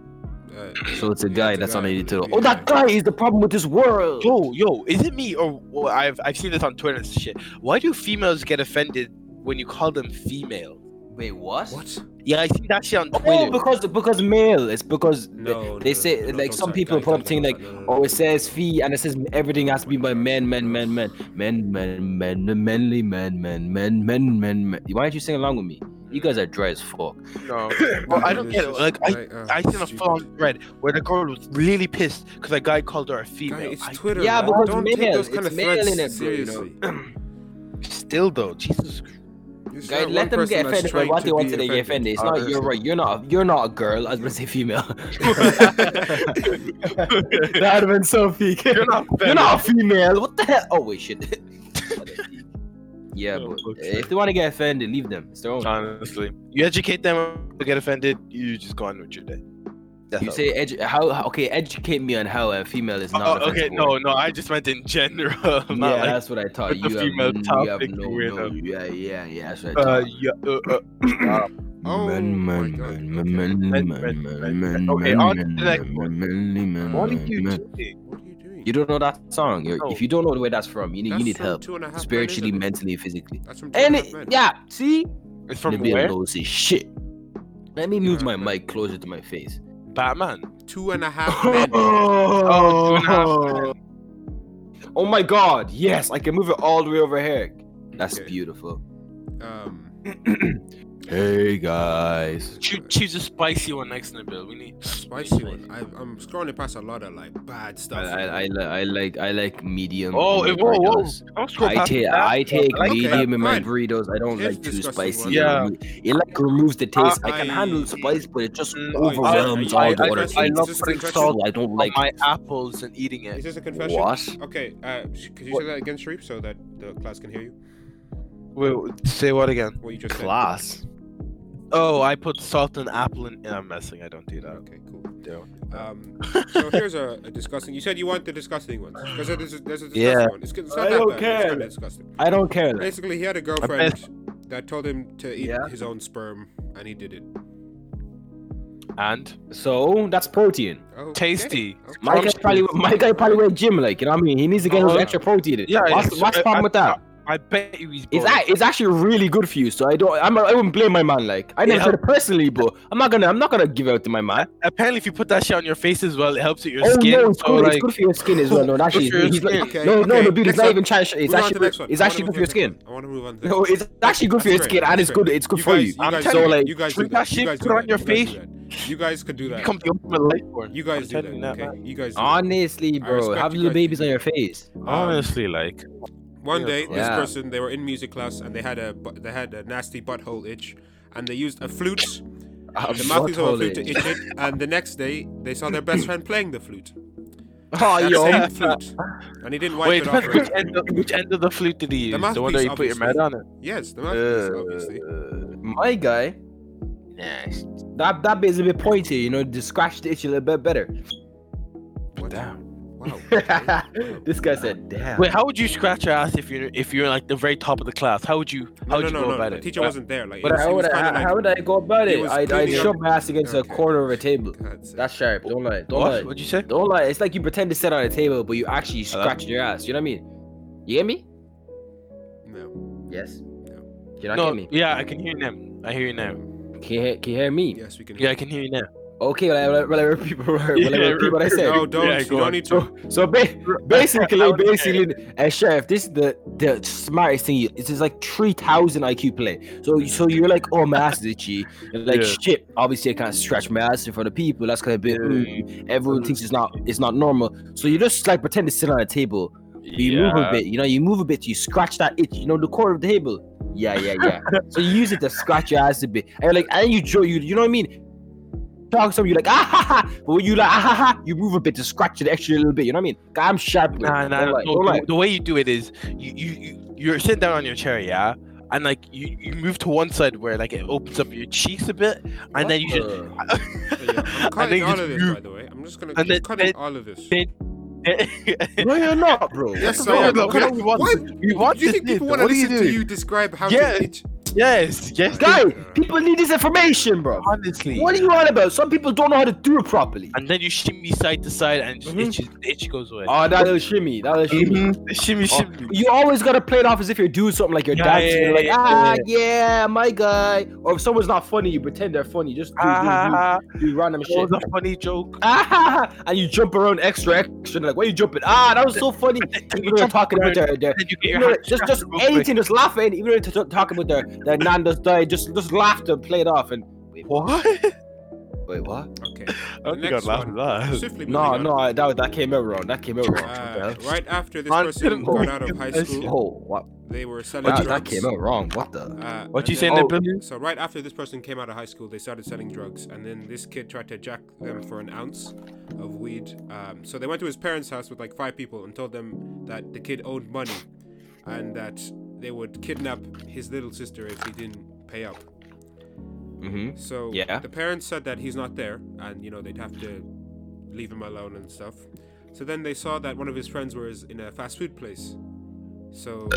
S1: Uh,
S2: So it's a
S1: yeah,
S2: guy
S1: it's a
S2: that's
S1: guy
S2: on the
S1: from
S2: to
S1: the
S2: Oh, that
S1: NBA.
S2: guy is the problem with this world.
S3: Yo, yo, is it me or or I've I've seen this on Twitter and shit. Why do females get offended when you call them female?
S2: Wait, what?
S1: What?
S3: Yeah, I seen that shit on
S2: Oh,
S3: Twitter.
S2: because because male. It's because they-
S1: No.
S2: they
S1: no,
S2: say
S1: no,
S2: like
S1: don't
S2: some
S1: start.
S2: people
S1: Guys,
S2: put up
S1: don't
S2: thing
S1: do
S2: like,
S1: that. No, no, no,
S2: oh, it
S1: no, no,
S2: says
S1: no.
S2: fee and it says everything has to be by men, men, men, men, men, men, men, men, manly men, men, men, men, men, men. Why aren't you sing along with me? You guys are dry as fuck.
S3: no, Bro, I don't
S1: It's
S3: get it.
S1: just
S3: Like I
S1: uh,
S3: I seen a
S1: stupid.
S3: full on thread where the girl was really pissed because a guy called her a female.
S1: Guy, it's
S3: I-
S1: Twitter.
S2: Yeah,
S1: man.
S2: because
S1: don't take
S2: male,
S1: those kind
S2: it's
S1: of
S2: male
S1: threats
S2: in it, bro, you know.
S1: seriously.
S3: Still though, Jesus. Christ.
S1: It's
S2: Guys,
S1: not one
S2: let them
S1: person
S2: get
S1: that's
S2: offended by
S1: trying
S2: what
S1: to
S2: they want
S1: be
S2: to get offended. It's not you're
S1: Honestly.
S2: right. You're not you're not a girl. I was gonna say female.
S3: You're
S2: That would have been so peak.
S3: not.
S2: You're not a female. What the hell? Oh wait, shit. yeah,
S3: No,
S2: but
S3: okay.
S2: if they want to get offended, leave them. It's their own.
S3: Honestly, you educate them to get offended. You just go on with your day. That's
S2: you
S3: all.
S2: say edu- how? how- Okay, educate me on how a female is not.
S3: Oh, okay,
S2: offensive
S3: no,
S2: word.
S3: no, I just meant in general. not
S2: yeah,
S3: like-
S2: that's what I thought.
S3: with the
S2: You have,
S3: female
S2: you have
S3: topic,
S2: no,
S3: you
S2: no.
S3: know.
S2: Yeah, yeah, yeah. That's what I
S3: Uh,
S2: thought.
S3: yeah, uh, uh,
S1: Oh
S2: Man,
S1: my
S2: man,
S1: God,
S2: man,
S1: okay.
S2: man,
S3: Right,
S2: man,
S3: right,
S2: man,
S3: right.
S2: man,
S3: Okay,
S2: man,
S3: on to
S2: man,
S3: the next
S2: man,
S3: one.
S2: man, man,
S3: what are you
S2: man.
S3: doing?
S1: What are you doing?
S2: You don't know that song. You're,
S3: No.
S2: If you don't know where that's from, you need,
S1: That's
S2: you need
S1: from
S2: help,
S1: Two and a half men,
S2: spiritually,
S1: isn't it?
S2: mentally, and physically.
S1: That's from Two and a
S2: And
S1: Half
S2: it,
S1: Men.
S2: yeah, see,
S3: It's from
S2: Nabil
S3: where?
S2: knows his shit. Let me move
S1: Yeah,
S2: my
S1: man.
S2: mic closer to my face.
S3: Batman.
S1: Two and a half men.
S3: Oh, two and a half men.
S2: Oh my god, yes, I can move it all the way over here. That's
S1: Okay,
S2: beautiful.
S1: Um,
S2: Hey guys.
S3: Choo- Choose a spicy one next, Nabil. We need
S1: spicy one. I, I'm scrolling past a lot of like bad
S2: I,
S1: stuff.
S2: I, I,
S1: Okay,
S2: li- I like I like medium.
S3: Oh,
S2: in
S3: it-
S2: my
S3: whoa, whoa.
S2: burritos.
S3: Don't scroll
S2: I
S3: past
S2: take
S3: that.
S2: I take
S3: like that.
S2: medium in my
S1: Fine.
S2: burritos. I don't
S1: Here's
S2: like too
S1: disgusting
S2: spicy.
S1: one.
S2: It
S3: Yeah.
S2: remo- It like removes the taste. I can handle
S1: I-
S2: spice, but it just
S3: Mm,
S1: I-
S2: overwhelms
S1: I-
S2: all
S1: I-
S2: the
S1: I-
S2: other
S1: I
S2: things.
S1: love putting
S2: So
S1: salt
S2: I don't
S3: on
S2: like
S3: my apples and eating
S1: Is
S3: it.
S1: this a confession?
S2: what?
S1: Okay, uh, sh- could you
S3: What?
S1: say that again, Sharif, so that the class can hear you?
S3: Wait, wait, say what again?
S1: What you just
S2: Class.
S3: Oh, I put salt and apple in. I'm messing. I don't do
S1: said.
S3: that.
S1: Okay, cool.
S3: Don't.
S1: Um, so here's a, a disgusting. You said you want the disgusting ones because there's a, there's a disgusting
S3: Yeah.
S1: one. It's, it's not
S2: I
S1: that
S2: don't
S1: bad. It's
S2: care.
S1: kind of disgusting.
S2: I don't care. like,
S1: Basically, he had a girlfriend that told him to eat
S2: Yeah.
S1: his own sperm, and he did it.
S3: And
S2: So that's protein.
S1: Oh,
S3: Tasty.
S1: Okay.
S2: My guy
S3: Crumbs.
S2: probably my guy probably went gym like you know what I mean. He needs to get
S3: Uh-huh.
S2: his extra protein. in.
S3: Yeah,
S2: what's,
S3: yeah,
S2: what's
S1: uh,
S3: so
S2: the problem
S3: I-
S2: with that?
S3: I bet you he's.
S2: It's,
S3: bored.
S2: a- it's actually really good for you, so I don't. I'm, I wouldn't blame my man. Like I never
S3: Yeah.
S2: heard it personally, but I'm not gonna. I'm not gonna give out to my man.
S3: Apparently, if you put that shit on your face as well, it helps with your
S2: oh
S3: skin.
S2: no, it's
S3: so,
S2: good.
S3: like,
S2: it's good for your skin as well. No, actually,
S3: for your
S2: he's like,
S3: skin.
S1: Okay,
S2: no, no,
S1: okay,
S2: no, dude,
S1: next
S2: it's not
S1: one.
S2: even trash. It's
S1: Move on to the
S2: actually,
S1: next one.
S2: it's
S1: I wanna
S2: actually
S1: move
S2: good
S1: on
S2: for your
S1: to the
S2: skin.
S1: next- I want to move on. To the
S2: No,
S1: next
S2: it's actually good for your
S1: That's
S2: skin,
S1: fair,
S2: and it's
S1: that's fair.
S2: good. It's good
S1: you
S2: for
S1: guys,
S2: you.
S1: You guys, do
S2: so
S1: that,
S2: like,
S1: you guys do
S3: drink
S1: that.
S3: that shit,
S1: you guys
S3: put
S1: do
S3: it on
S1: that,
S3: your
S1: you guys do
S3: face.
S1: that. You guys could do that.
S3: become the ultimate life form.
S1: You guys
S3: I'm
S1: do that.
S3: telling you that,
S1: Okay.
S3: man.
S1: You guys. do that.
S2: honestly,
S1: I
S2: bro,
S1: respect
S2: have
S1: you
S2: little
S1: guys.
S2: babies on your face.
S3: Um, Honestly, like
S1: One
S3: Yeah,
S1: day,
S2: bro.
S1: this
S2: Yeah.
S1: person they were in music class and they had a bu- they had a nasty butthole itch, and they used a flute,
S2: Have
S1: the mouthpiece of a
S2: butthole
S1: flute to
S2: itch.
S1: itch it. And the next day, they saw their best friend playing the flute,
S2: Oh,
S1: that
S2: yo,
S1: same flute, and he didn't wipe
S3: wait,
S1: it off.
S3: depends
S1: Right?
S3: which end, of, which end of the flute did he
S1: The
S3: use? The one that you
S1: mouthpiece,
S3: put your mouth on it.
S1: Yes, the mouthpiece,
S2: Uh,
S1: obviously.
S2: my guy. That that bit's a bit pointy, you know, to scratch the itch a little bit better.
S1: What?
S3: Damn.
S1: Wow. okay.
S2: this guy said, "Damn."
S3: Wait, how would you scratch your ass if you're if you're like the very top of the class? How would you
S1: No,
S3: how would
S1: no,
S3: you
S1: no,
S3: go
S1: no.
S3: about
S1: The
S3: it?
S1: teacher wasn't there. Like, it was,
S2: But
S1: it
S2: how would,
S1: was
S2: I,
S1: kinda
S2: how,
S1: like,
S2: would I go about
S1: it
S2: it?
S1: was
S2: I'd, I'd
S1: cleaning up-
S2: shove my ass against
S1: Okay.
S2: a corner of a table.
S1: God's sake.
S2: That's sharp. Don't lie. Don't
S3: What?
S2: lie.
S3: What'd you say?
S2: Don't lie. It's like you pretend to sit on a table, but you actually
S3: Hello?
S2: scratch your ass. You know what I mean? You get me?
S1: No.
S2: Yes. You not
S3: no,
S2: get me?
S3: yeah, I can hear you now. I hear you now.
S2: Can you hear, can you hear me?
S1: Yes, we can.
S3: Yeah, I can hear you now.
S2: Okay, well, I, well, I, well, I repeat, well, I
S3: Yeah,
S2: repeat what I said.
S1: No, don't.
S3: Yeah,
S1: you
S3: go
S1: don't
S3: on.
S1: need to.
S2: So, so ba- basically,
S3: I would
S2: basically, uh, sheriff, this is the the smartest thing. You, this is like three thousand IQ play. So, you- so you're like, oh, my ass is itchy. You're like
S3: Yeah.
S2: shit. Obviously, I can't stretch my ass in front of people. That's gonna be.
S3: Yeah.
S2: mm, everyone thinks it's not it's not normal. So you just like pretend to sit on a table. You move a bit. You know, you move a bit. You scratch that itch. You know, the core of the table. Yeah, yeah, yeah. so you use it to scratch your ass a bit, and you're like, and you draw, you, you know what I mean? Talk to you like ah ha ha, but when you like ah ha ha, you move a bit to scratch it extra little bit. You know what I mean? I'm sharp. with it.
S3: Nah, nah,
S2: Don't
S3: no,
S2: lie,
S3: no,
S2: don't
S3: the-
S2: lie.
S3: The way you do it is you, you, you you're sitting down on your chair, yeah, and like you, you move to one side where like it opens up your cheeks a bit, and then you just
S2: What
S1: Yeah, I'm cutting
S3: think
S1: all
S3: it's
S1: of this,
S3: you.
S1: by the way. I'm just gonna
S3: And
S1: keep
S3: then-
S1: cutting
S3: then-
S1: all of this.
S3: then-
S2: the- no, you're not, bro.
S1: Yes,
S2: What
S1: I
S2: the
S1: am.
S2: fuck?
S1: Look,
S3: we want,
S1: why-
S3: we want
S1: Do you
S3: this
S1: think people
S3: thing.
S1: want to
S3: What are you
S1: listen to
S3: doing?
S1: you describe how
S3: Yeah.
S1: to itch?
S3: Yes, yes,
S1: That-
S2: Guy, people need this information, bro.
S3: honestly.
S2: What are you on about? Some people don't know how to do it properly.
S3: And then you shimmy side to side, and just
S2: Mhm.
S3: itches, the itch goes away.
S2: Oh, that little shimmy, that little
S1: Mm-hmm.
S2: shimmy.
S3: Mhm. Ah, Shimmy,
S2: Oh,
S3: shimmy.
S2: you always gotta play it off as if you're doing something like you're
S3: Yeah,
S2: dancing.
S3: yeah,
S2: you're like,
S3: yeah,
S2: ah, yeah. my guy. Or if someone's not funny, you pretend they're funny. Just do, do,
S3: Ah,
S2: do, do random
S3: that
S2: shit.
S3: was a funny joke.
S2: Ah, ha, ha, and you jump around extra, extra. and Like, why you jumping? Ah, that was so funny. Even though they're talking about their, their
S3: And then you get your
S2: even though-
S3: hand
S2: just,
S3: strapped
S2: just
S3: real quick.
S2: anything, just laugh at it. Even though they're t- talking about their, their nando's diet, just, just laugh to play it off. And
S3: What?
S2: wait, what?
S1: Okay.
S3: I
S1: The
S3: don't think I'd
S1: next
S3: laugh at
S1: one.
S3: that.
S1: Swiftly moving
S2: No,
S1: on.
S2: no, that, that came out wrong. That came out wrong.
S1: Uh,
S2: What the hell?
S1: right after this
S3: Man,
S1: person
S3: oh,
S1: got out of high
S3: that's-
S1: school,
S2: Oh, what?
S1: they were selling
S2: That,
S1: drugs.
S2: that came out wrong. What the?
S1: Uh,
S3: What
S1: and then-
S3: you saying there,
S2: Oh.
S3: Billy?
S1: So right after this person came out of high school, they started selling drugs, and then this kid tried to jack them for an ounce of weed. Um, so they went to his parents' house with like five people and told them that the kid owed money, and that they would kidnap his little sister if he didn't pay up.
S2: Mm-hmm.
S1: So
S2: Yeah.
S1: the parents said that he's not there, and you know they'd have to leave him alone and stuff. So then they saw that one of his friends was in a fast food place. So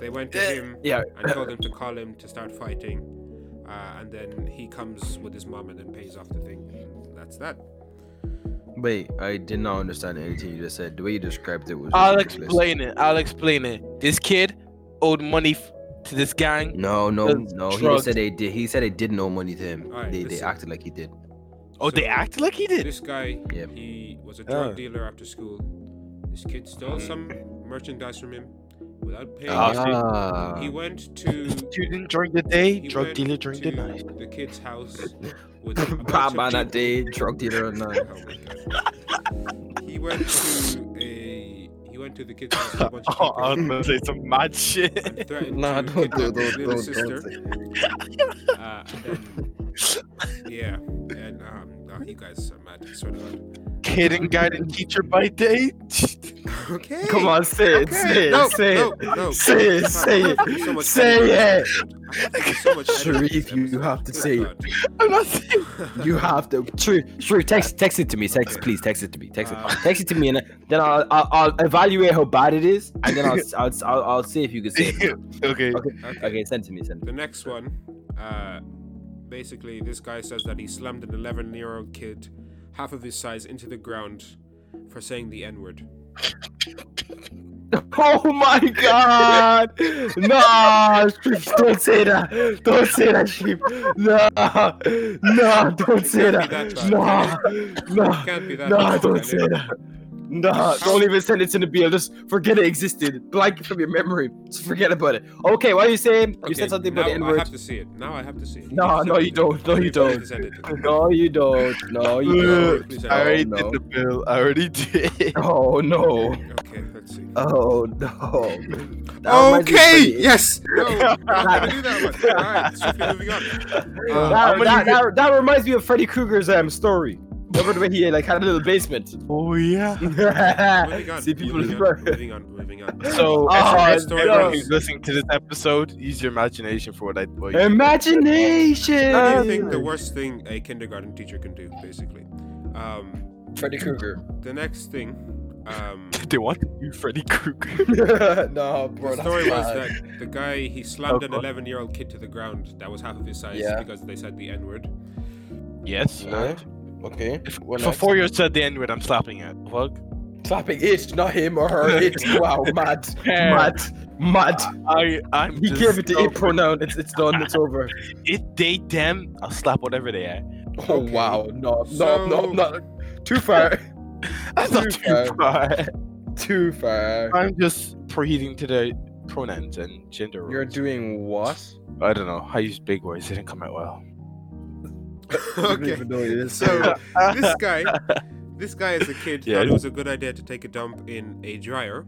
S1: they went to him
S2: Yeah.
S1: and told him to call him to start fighting. Uh, and then he comes with his mom and then pays off the thing. And that's that.
S2: Wait, I did not understand anything you just said. The way you described it was.
S3: I'll
S2: ridiculous.
S3: explain it. I'll explain it. This kid owed money f- to this gang.
S2: No, no,
S3: Those
S2: no. He
S3: drugs.
S2: just said they did. He said they didn't owe money to him.
S1: Alright,
S2: they, they
S1: listen.
S2: acted like he did.
S3: Oh,
S1: So
S3: they acted like he did.
S1: This guy,
S2: Yeah.
S1: he was a drug
S3: Oh.
S1: dealer after school. This kid stole some merchandise from him without paying.
S3: Ah.
S1: him.
S2: Mm-hmm. Ah,
S1: He went to
S3: Student during the day,
S1: He
S3: drug
S1: went
S3: dealer during the
S1: to
S3: night.
S1: The kid's house with a bunch
S2: Proud
S1: of
S2: man that
S1: people.
S2: day, drug dealer or not.
S1: Oh my God. He went to a he went to the kid's house with a bunch of
S3: Oh, I
S1: people
S3: was gonna say some mad shit.
S1: and threatened
S2: Nah,
S1: to
S2: don't do
S1: kidnap his
S2: don't,
S1: little
S2: don't,
S1: sister.
S2: don't say.
S1: Uh, and then, yeah, and um, oh, you guys are mad. I swear to God.
S3: Kid and guide and teacher by day.
S1: Okay.
S2: Come on, say it,
S1: Okay.
S2: say it,
S1: no,
S2: say
S1: no,
S2: it.
S1: No.
S2: Say it,
S1: Fuck,
S2: say
S1: I
S2: it,
S1: have to do so much
S2: say
S1: editing.
S2: it.
S1: I have to do so much editing
S2: Sharif,
S1: this
S2: you
S1: episode.
S2: have to
S1: Swear
S2: say it.
S1: God.
S3: I'm not saying.
S2: You have to. True, true. Text, text it to me. Text, please. Text it to me. Text it.
S1: Um,
S2: Text it to me, and then I'll, I'll, I'll evaluate how bad it is, and then I'll, I'll, I'll, I'll see if you can say it.
S3: okay.
S1: Okay.
S2: Okay, send to me. Send.
S1: The next one, uh, basically, this guy says that he slammed an 11 year old kid, half of his size, into the ground for saying the N word.
S2: Oh my god! no, Sheep, don't say that. Don't say that, Sheep. No, no, don't say that. No, no,
S1: Can't be that.
S2: no,
S1: bad, can
S2: don't
S1: it?
S2: say that. No, don't even send it to the BL. Just forget it existed. Blank it from your memory. Just forget about it. Okay, what are you saying? You
S1: Okay,
S2: said something about
S1: now
S2: the N
S1: I
S2: word.
S1: have to see it. Now I have to see it.
S2: No,
S1: Please
S2: no,
S1: send
S2: you
S1: it.
S2: don't. No, you
S1: Please
S2: don't.
S1: send it.
S2: No, you don't. No, you don't.
S1: Please send
S3: I
S1: it.
S3: already
S2: no.
S3: did the bill. I already did.
S2: Oh no.
S1: Okay, let's see.
S2: Oh no. That reminds me
S1: Okay,
S2: of-
S1: yes. No, I'm gonna do that one. All right, swiftly moving on. Uh,
S2: That,
S3: I'm gonna get-
S2: that, that, that reminds me of Freddy Krueger's um, story. Remember when he like had a little basement?
S3: Oh yeah.
S1: moving on.
S2: See people
S1: moving on. Moving on. Moving on.
S3: So,
S2: Oh,
S3: SRS
S1: no.
S3: everyone who's listening to this episode, use your imagination for what I. What you-
S1: What do you think the
S2: Imagination.
S1: worst thing a kindergarten teacher can do, basically? Um,
S4: Freddy Krueger.
S1: the next thing, um,
S3: They want to be Freddy Krueger.
S4: no, bro.
S1: the
S4: That's
S1: story was
S4: bad.
S1: that the guy he slammed an
S3: God.
S1: 11 year old kid to the ground that was half of his size
S4: Yeah.
S1: because they said the n word.
S3: Yes.
S4: Yeah. Okay.
S3: If,
S4: What
S3: if a
S4: next?
S3: four year said the N word, I'm slapping it. Fuck.
S4: Slapping it, not him or her. It. Wow, mad.
S2: Mad, mad.
S3: I, I'm.
S2: He
S3: just
S2: gave it the
S3: so-
S2: it pronoun. It's it's done. It's over.
S3: It, they, them. I'll slap whatever they are.
S4: Oh
S1: Okay.
S4: wow, no, no,
S1: So-
S4: no, no. Too far.
S3: That's not
S4: Too
S3: too far.
S4: Too far.
S3: I'm just proceeding to the pronouns and gender roles.
S4: You're doing what?
S3: I don't know. I used big words. It didn't come out well.
S1: okay. So this guy, this guy as a kid
S3: Yeah.
S1: thought it was a good idea to take a dump in a dryer,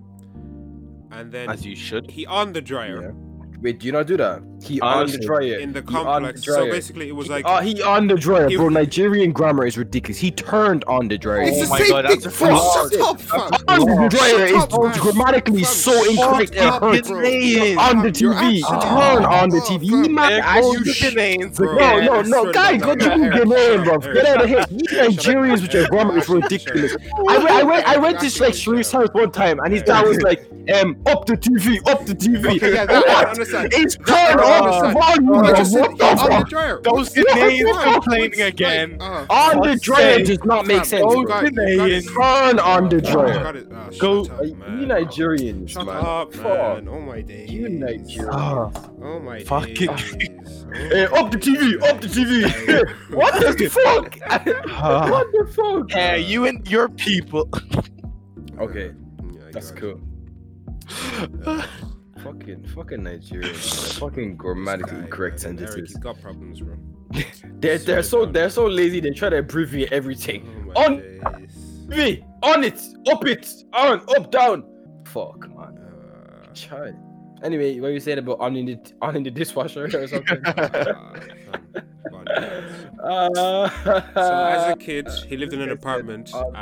S1: and then
S3: As you should.
S1: he on the dryer
S4: Wait, do you not do that? He
S3: Honestly,
S4: on the dryer.
S1: in the
S4: He on the
S1: complex. so
S4: dryer.
S1: basically, it was like
S2: Oh, he on the dryer,
S1: He-
S2: bro. Nigerian grammar is ridiculous. He turned on the dryer.
S1: it's
S3: Oh
S1: the
S3: my
S1: same
S3: God,
S1: thing.
S3: that's a
S1: bro,
S4: fraud.
S1: shut up, fam.
S2: on the
S3: Oh,
S2: dryer
S1: shut up, man.
S2: is grammatically
S1: Fam,
S2: so
S1: shut
S2: incorrect. It
S1: up,
S2: hurts.
S1: bro.
S3: Canadian.
S2: On the
S1: You're
S2: TV,
S1: actually-
S2: turn on the
S1: Oh,
S2: TV.
S1: fam.
S2: He
S3: There
S2: must
S3: goes
S2: actually
S3: the names,
S1: Bro,
S2: No, no,
S1: Yes,
S2: no,
S1: sir,
S2: guys,
S1: no,
S2: go
S1: no,
S2: to
S1: no,
S2: Ghanaian,
S1: no,
S2: bro.
S1: no,
S2: Get out of here. You
S1: Shut up,
S2: Nigerians with your
S1: shut up,
S2: grammar is
S1: shut up.
S2: ridiculous. I went, I went, I went to like Shrek's house one time, and his dad was like, um, up the TV, up the TV.
S1: Okay, yeah, that- I don't
S2: What?
S1: understand.
S2: It's turned on the volume,
S1: I
S2: bro.
S1: just said
S2: What the
S1: on the
S2: fuck?
S1: dryer.
S3: Those
S1: What the
S3: Canadians
S1: fuck?
S3: complaining
S1: What's- like,
S3: again.
S1: uh,
S2: On the
S3: Fuck's
S2: dryer
S3: sake.
S2: does not
S1: fam,
S2: make sense.
S1: you
S3: Those
S2: bro.
S1: got- you got it.
S3: Canadians.
S2: Turn on the
S1: You
S2: dryer.
S1: got it. Ah, shut
S3: Go-
S1: up,
S4: Are you
S1: man.
S4: Nigerians,
S1: Shut
S4: man.
S1: up,
S4: Fuck.
S1: man. Oh my days.
S4: You Nigerians.
S2: Ah.
S1: Oh my
S3: Fucking-
S1: days. Oh
S2: Eh, up the TV, up the TV. what the fuck?
S3: Uh,
S2: what the fuck?
S3: hey, you and your people.
S4: Okay,
S1: Mm, Yeah, I
S4: that's
S1: got it.
S4: cool. Fucking, fucking Nigerians. man. fucking
S1: This
S4: grammatically
S1: guy,
S4: incorrect
S1: man, Eric,
S4: sentences.
S1: you got problems, bro.
S4: They're they're so
S1: down.
S4: they're so lazy. They try to abbreviate everything.
S1: Oh my
S2: On-
S1: days.
S2: TV, on it, up it, on, up, down.
S4: Fuck, man.
S1: Uh,
S4: Child. Anyway, what were you saying about on in the on in the dishwasher or something?
S1: ah, fam. God, man.
S4: uh,
S1: So as a kid, he lived in an
S4: this guy's
S1: apartment
S4: dead. Oh,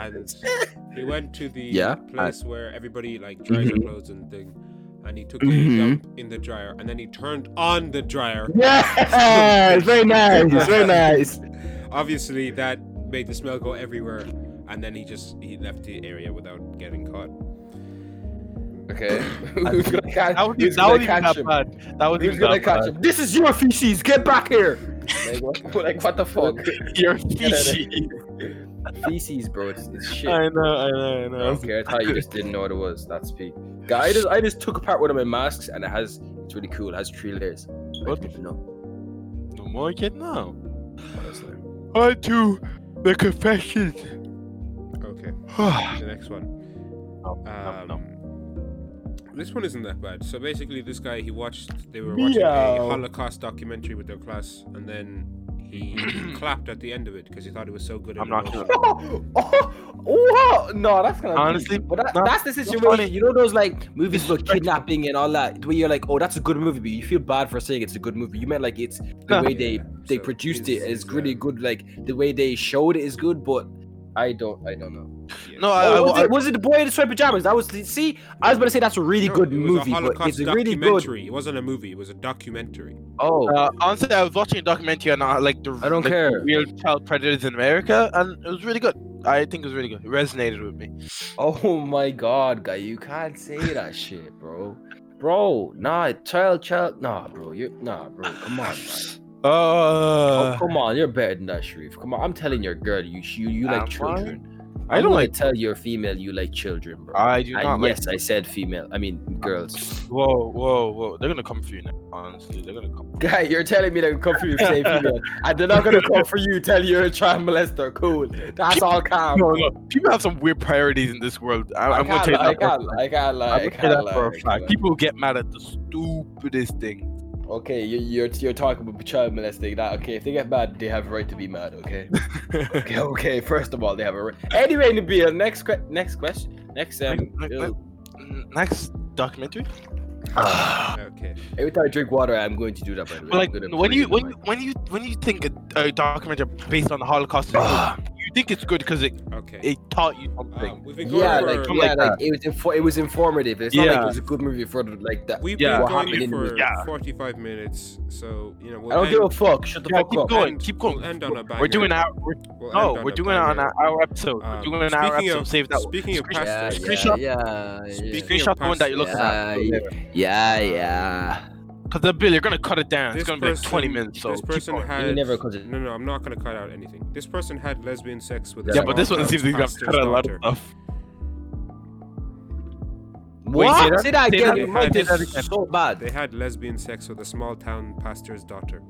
S1: and he went to the
S2: Yeah,
S1: place where everybody like dries their clothes and thing. And he took a
S2: Mhm.
S1: dump in the dryer and then he turned on the dryer.
S2: Yeah, very nice, very nice.
S1: Obviously, that made the smell go everywhere. And then he just he left the area without getting caught.
S4: okay, who's gonna catch?
S3: That would
S4: who's
S3: that would
S4: gonna
S3: even
S4: catch
S3: that
S4: him?
S3: bad. That would
S4: Who's
S3: even
S4: gonna
S3: that
S4: catch
S3: bad.
S4: him?
S2: This is your feces. Get back here.
S4: Like what, like, what the fuck?
S3: Your
S4: Get out of here.
S3: feces.
S4: Feces, bro. It's, it's shit.
S3: I
S4: I
S3: know, I know, I know.
S4: don't care. I thought you just didn't know what it was. That's peak. Guy, I just I just took apart one of my masks and it has it's really cool. It has three layers.
S3: What?
S4: No,
S3: No more kid now.
S4: honestly.
S3: On to the confession.
S1: Okay, the next one.
S3: No,
S1: Um,
S3: no.
S1: This one isn't that bad. So basically, this guy he watched they were watching a
S2: Meow.
S1: Holocaust documentary with their class, and then he clapped at the end of it because he thought it was so good. and
S3: I'm not gonna-
S1: emotional.
S2: Oh, wow. No, that's kind
S3: Honestly,
S2: but that,
S3: no,
S2: that's the
S3: that's
S2: situation.
S3: funny.
S2: You know those like movies about kidnapping and all that, where you're like, oh, that's a good movie, but you feel bad for saying it's a good movie. You meant like it's the
S3: No.
S2: way they
S1: Yeah,
S2: they
S1: so
S2: produced
S1: his-
S2: it is
S1: his,
S2: really
S1: um,
S2: good. Like the way they showed it is good, but
S4: I don't I don't know.
S1: yeah.
S3: No, I,
S2: Oh,
S3: I,
S2: was,
S3: I,
S2: it, was it the boy in the striped pajamas? That was see. I was about to say that's a really
S1: No,
S2: good
S1: it was
S2: movie,
S1: A
S2: but
S1: Holocaust
S2: it's a really good.
S1: documentary. It wasn't a movie. It was a documentary.
S2: Oh,
S3: Uh, honestly, I was watching a documentary on uh, like the
S4: I don't
S3: like,
S4: care.
S3: real child predators in America, and it was really good. I think it was really good. It resonated with me.
S4: Oh my god, guy, you can't say that shit, bro. Bro, nah, child, child, nah, bro, you, nah, bro, come on, man. Oh,
S3: Uh, Oh,
S4: come on, you're better than that, Sharif. Come on, I'm telling your girl, you, you, you like
S3: am I?
S4: children.
S3: I don't
S2: gonna
S3: like.
S2: tell your female you like children, bro.
S3: I do
S2: And
S3: not like.
S2: yes, I said female. I mean girls.
S3: Whoa, whoa, whoa! They're gonna come for you now. Honestly, they're gonna come.
S2: Guy, you're telling me to come for you, say female, and they're not gonna come for you. Tell you you're a child molester. Cool. That's all calm.
S3: No, no. People have some weird priorities in this world. I,
S2: I
S3: I'm gonna
S2: can't
S3: tell you
S2: lie, I
S3: that. for a
S2: can't lie, I can't lie, I
S3: I'm gonna say
S2: can't
S3: that
S2: lie,
S3: for
S2: I
S3: a fact.
S2: can't lie.
S3: People get mad at the stupidest thing.
S2: Okay, you- you're you're talking about child molesting. That okay? If they get mad, they have a right to be mad. Okay. Okay. okay. First of all, they have a right. Anyway, Nabil, next que- next question, next um.
S3: Next-
S2: ew.
S3: Next documentary.
S1: Okay.
S2: Every time I drink water, I'm going to do that. By the way,
S3: But like
S2: I'm gonna
S3: when
S2: breathe
S3: you
S2: in
S3: when
S2: my-
S3: you- when you when you think a, a documentary based on the Holocaust, is good, you think it's good because it,
S1: Okay.
S3: it taught you
S1: Um,
S3: something.
S1: we've been going
S2: yeah,
S1: for,
S2: like,
S3: something
S2: yeah,
S3: like
S2: like it was infor- it was informative. It's not like
S3: Yeah.
S2: it was a good movie for the- like that.
S1: we've
S3: yeah,
S1: been
S2: what
S1: going
S2: happened in the
S1: for
S2: movie.
S3: Yeah.
S1: 45 minutes, so you know we'll
S2: I don't
S1: end,
S2: give a fuck. Shut the
S3: Yeah,
S2: fuck
S3: keep
S2: up.
S3: going.
S1: end-
S3: keep going.
S1: We'll end on a banger.
S3: We're doing our we're,
S1: We'll end
S3: no,
S1: on
S3: Oh, we're
S1: a
S3: doing it on
S1: banger.
S3: our, our episode.
S1: Um,
S3: we're doing it on our
S1: speaking
S3: episode.
S1: of-
S3: Save that. one.
S1: speaking of
S3: Screenshot-
S1: past-
S2: Yeah,
S3: Screenshot-
S2: yeah, yeah,
S1: Speaking uh,
S3: Screenshot the one that you're looking
S2: yeah,
S3: at.
S2: yeah, yeah, yeah.
S3: Because the bill, you're gonna cut it down.
S1: This
S3: it's gonna be like 20
S1: person-
S3: minutes. So
S1: this
S3: keep
S1: person
S3: going.
S1: had
S2: You never cut it.
S1: No, no, I'm not gonna cut out anything. This person had lesbian sex with.
S2: Yeah,
S1: his
S3: yeah, but this one
S1: compound
S3: seems like he's
S1: pastor's
S3: gonna cut a lot
S1: daughter.
S3: of stuff.
S2: Wait, say that
S3: Say
S2: again.
S3: that
S2: You
S1: again.
S2: might
S1: Say
S2: be
S1: that
S3: again.
S2: so bad.
S1: They had lesbian sex with a small town pastor's daughter.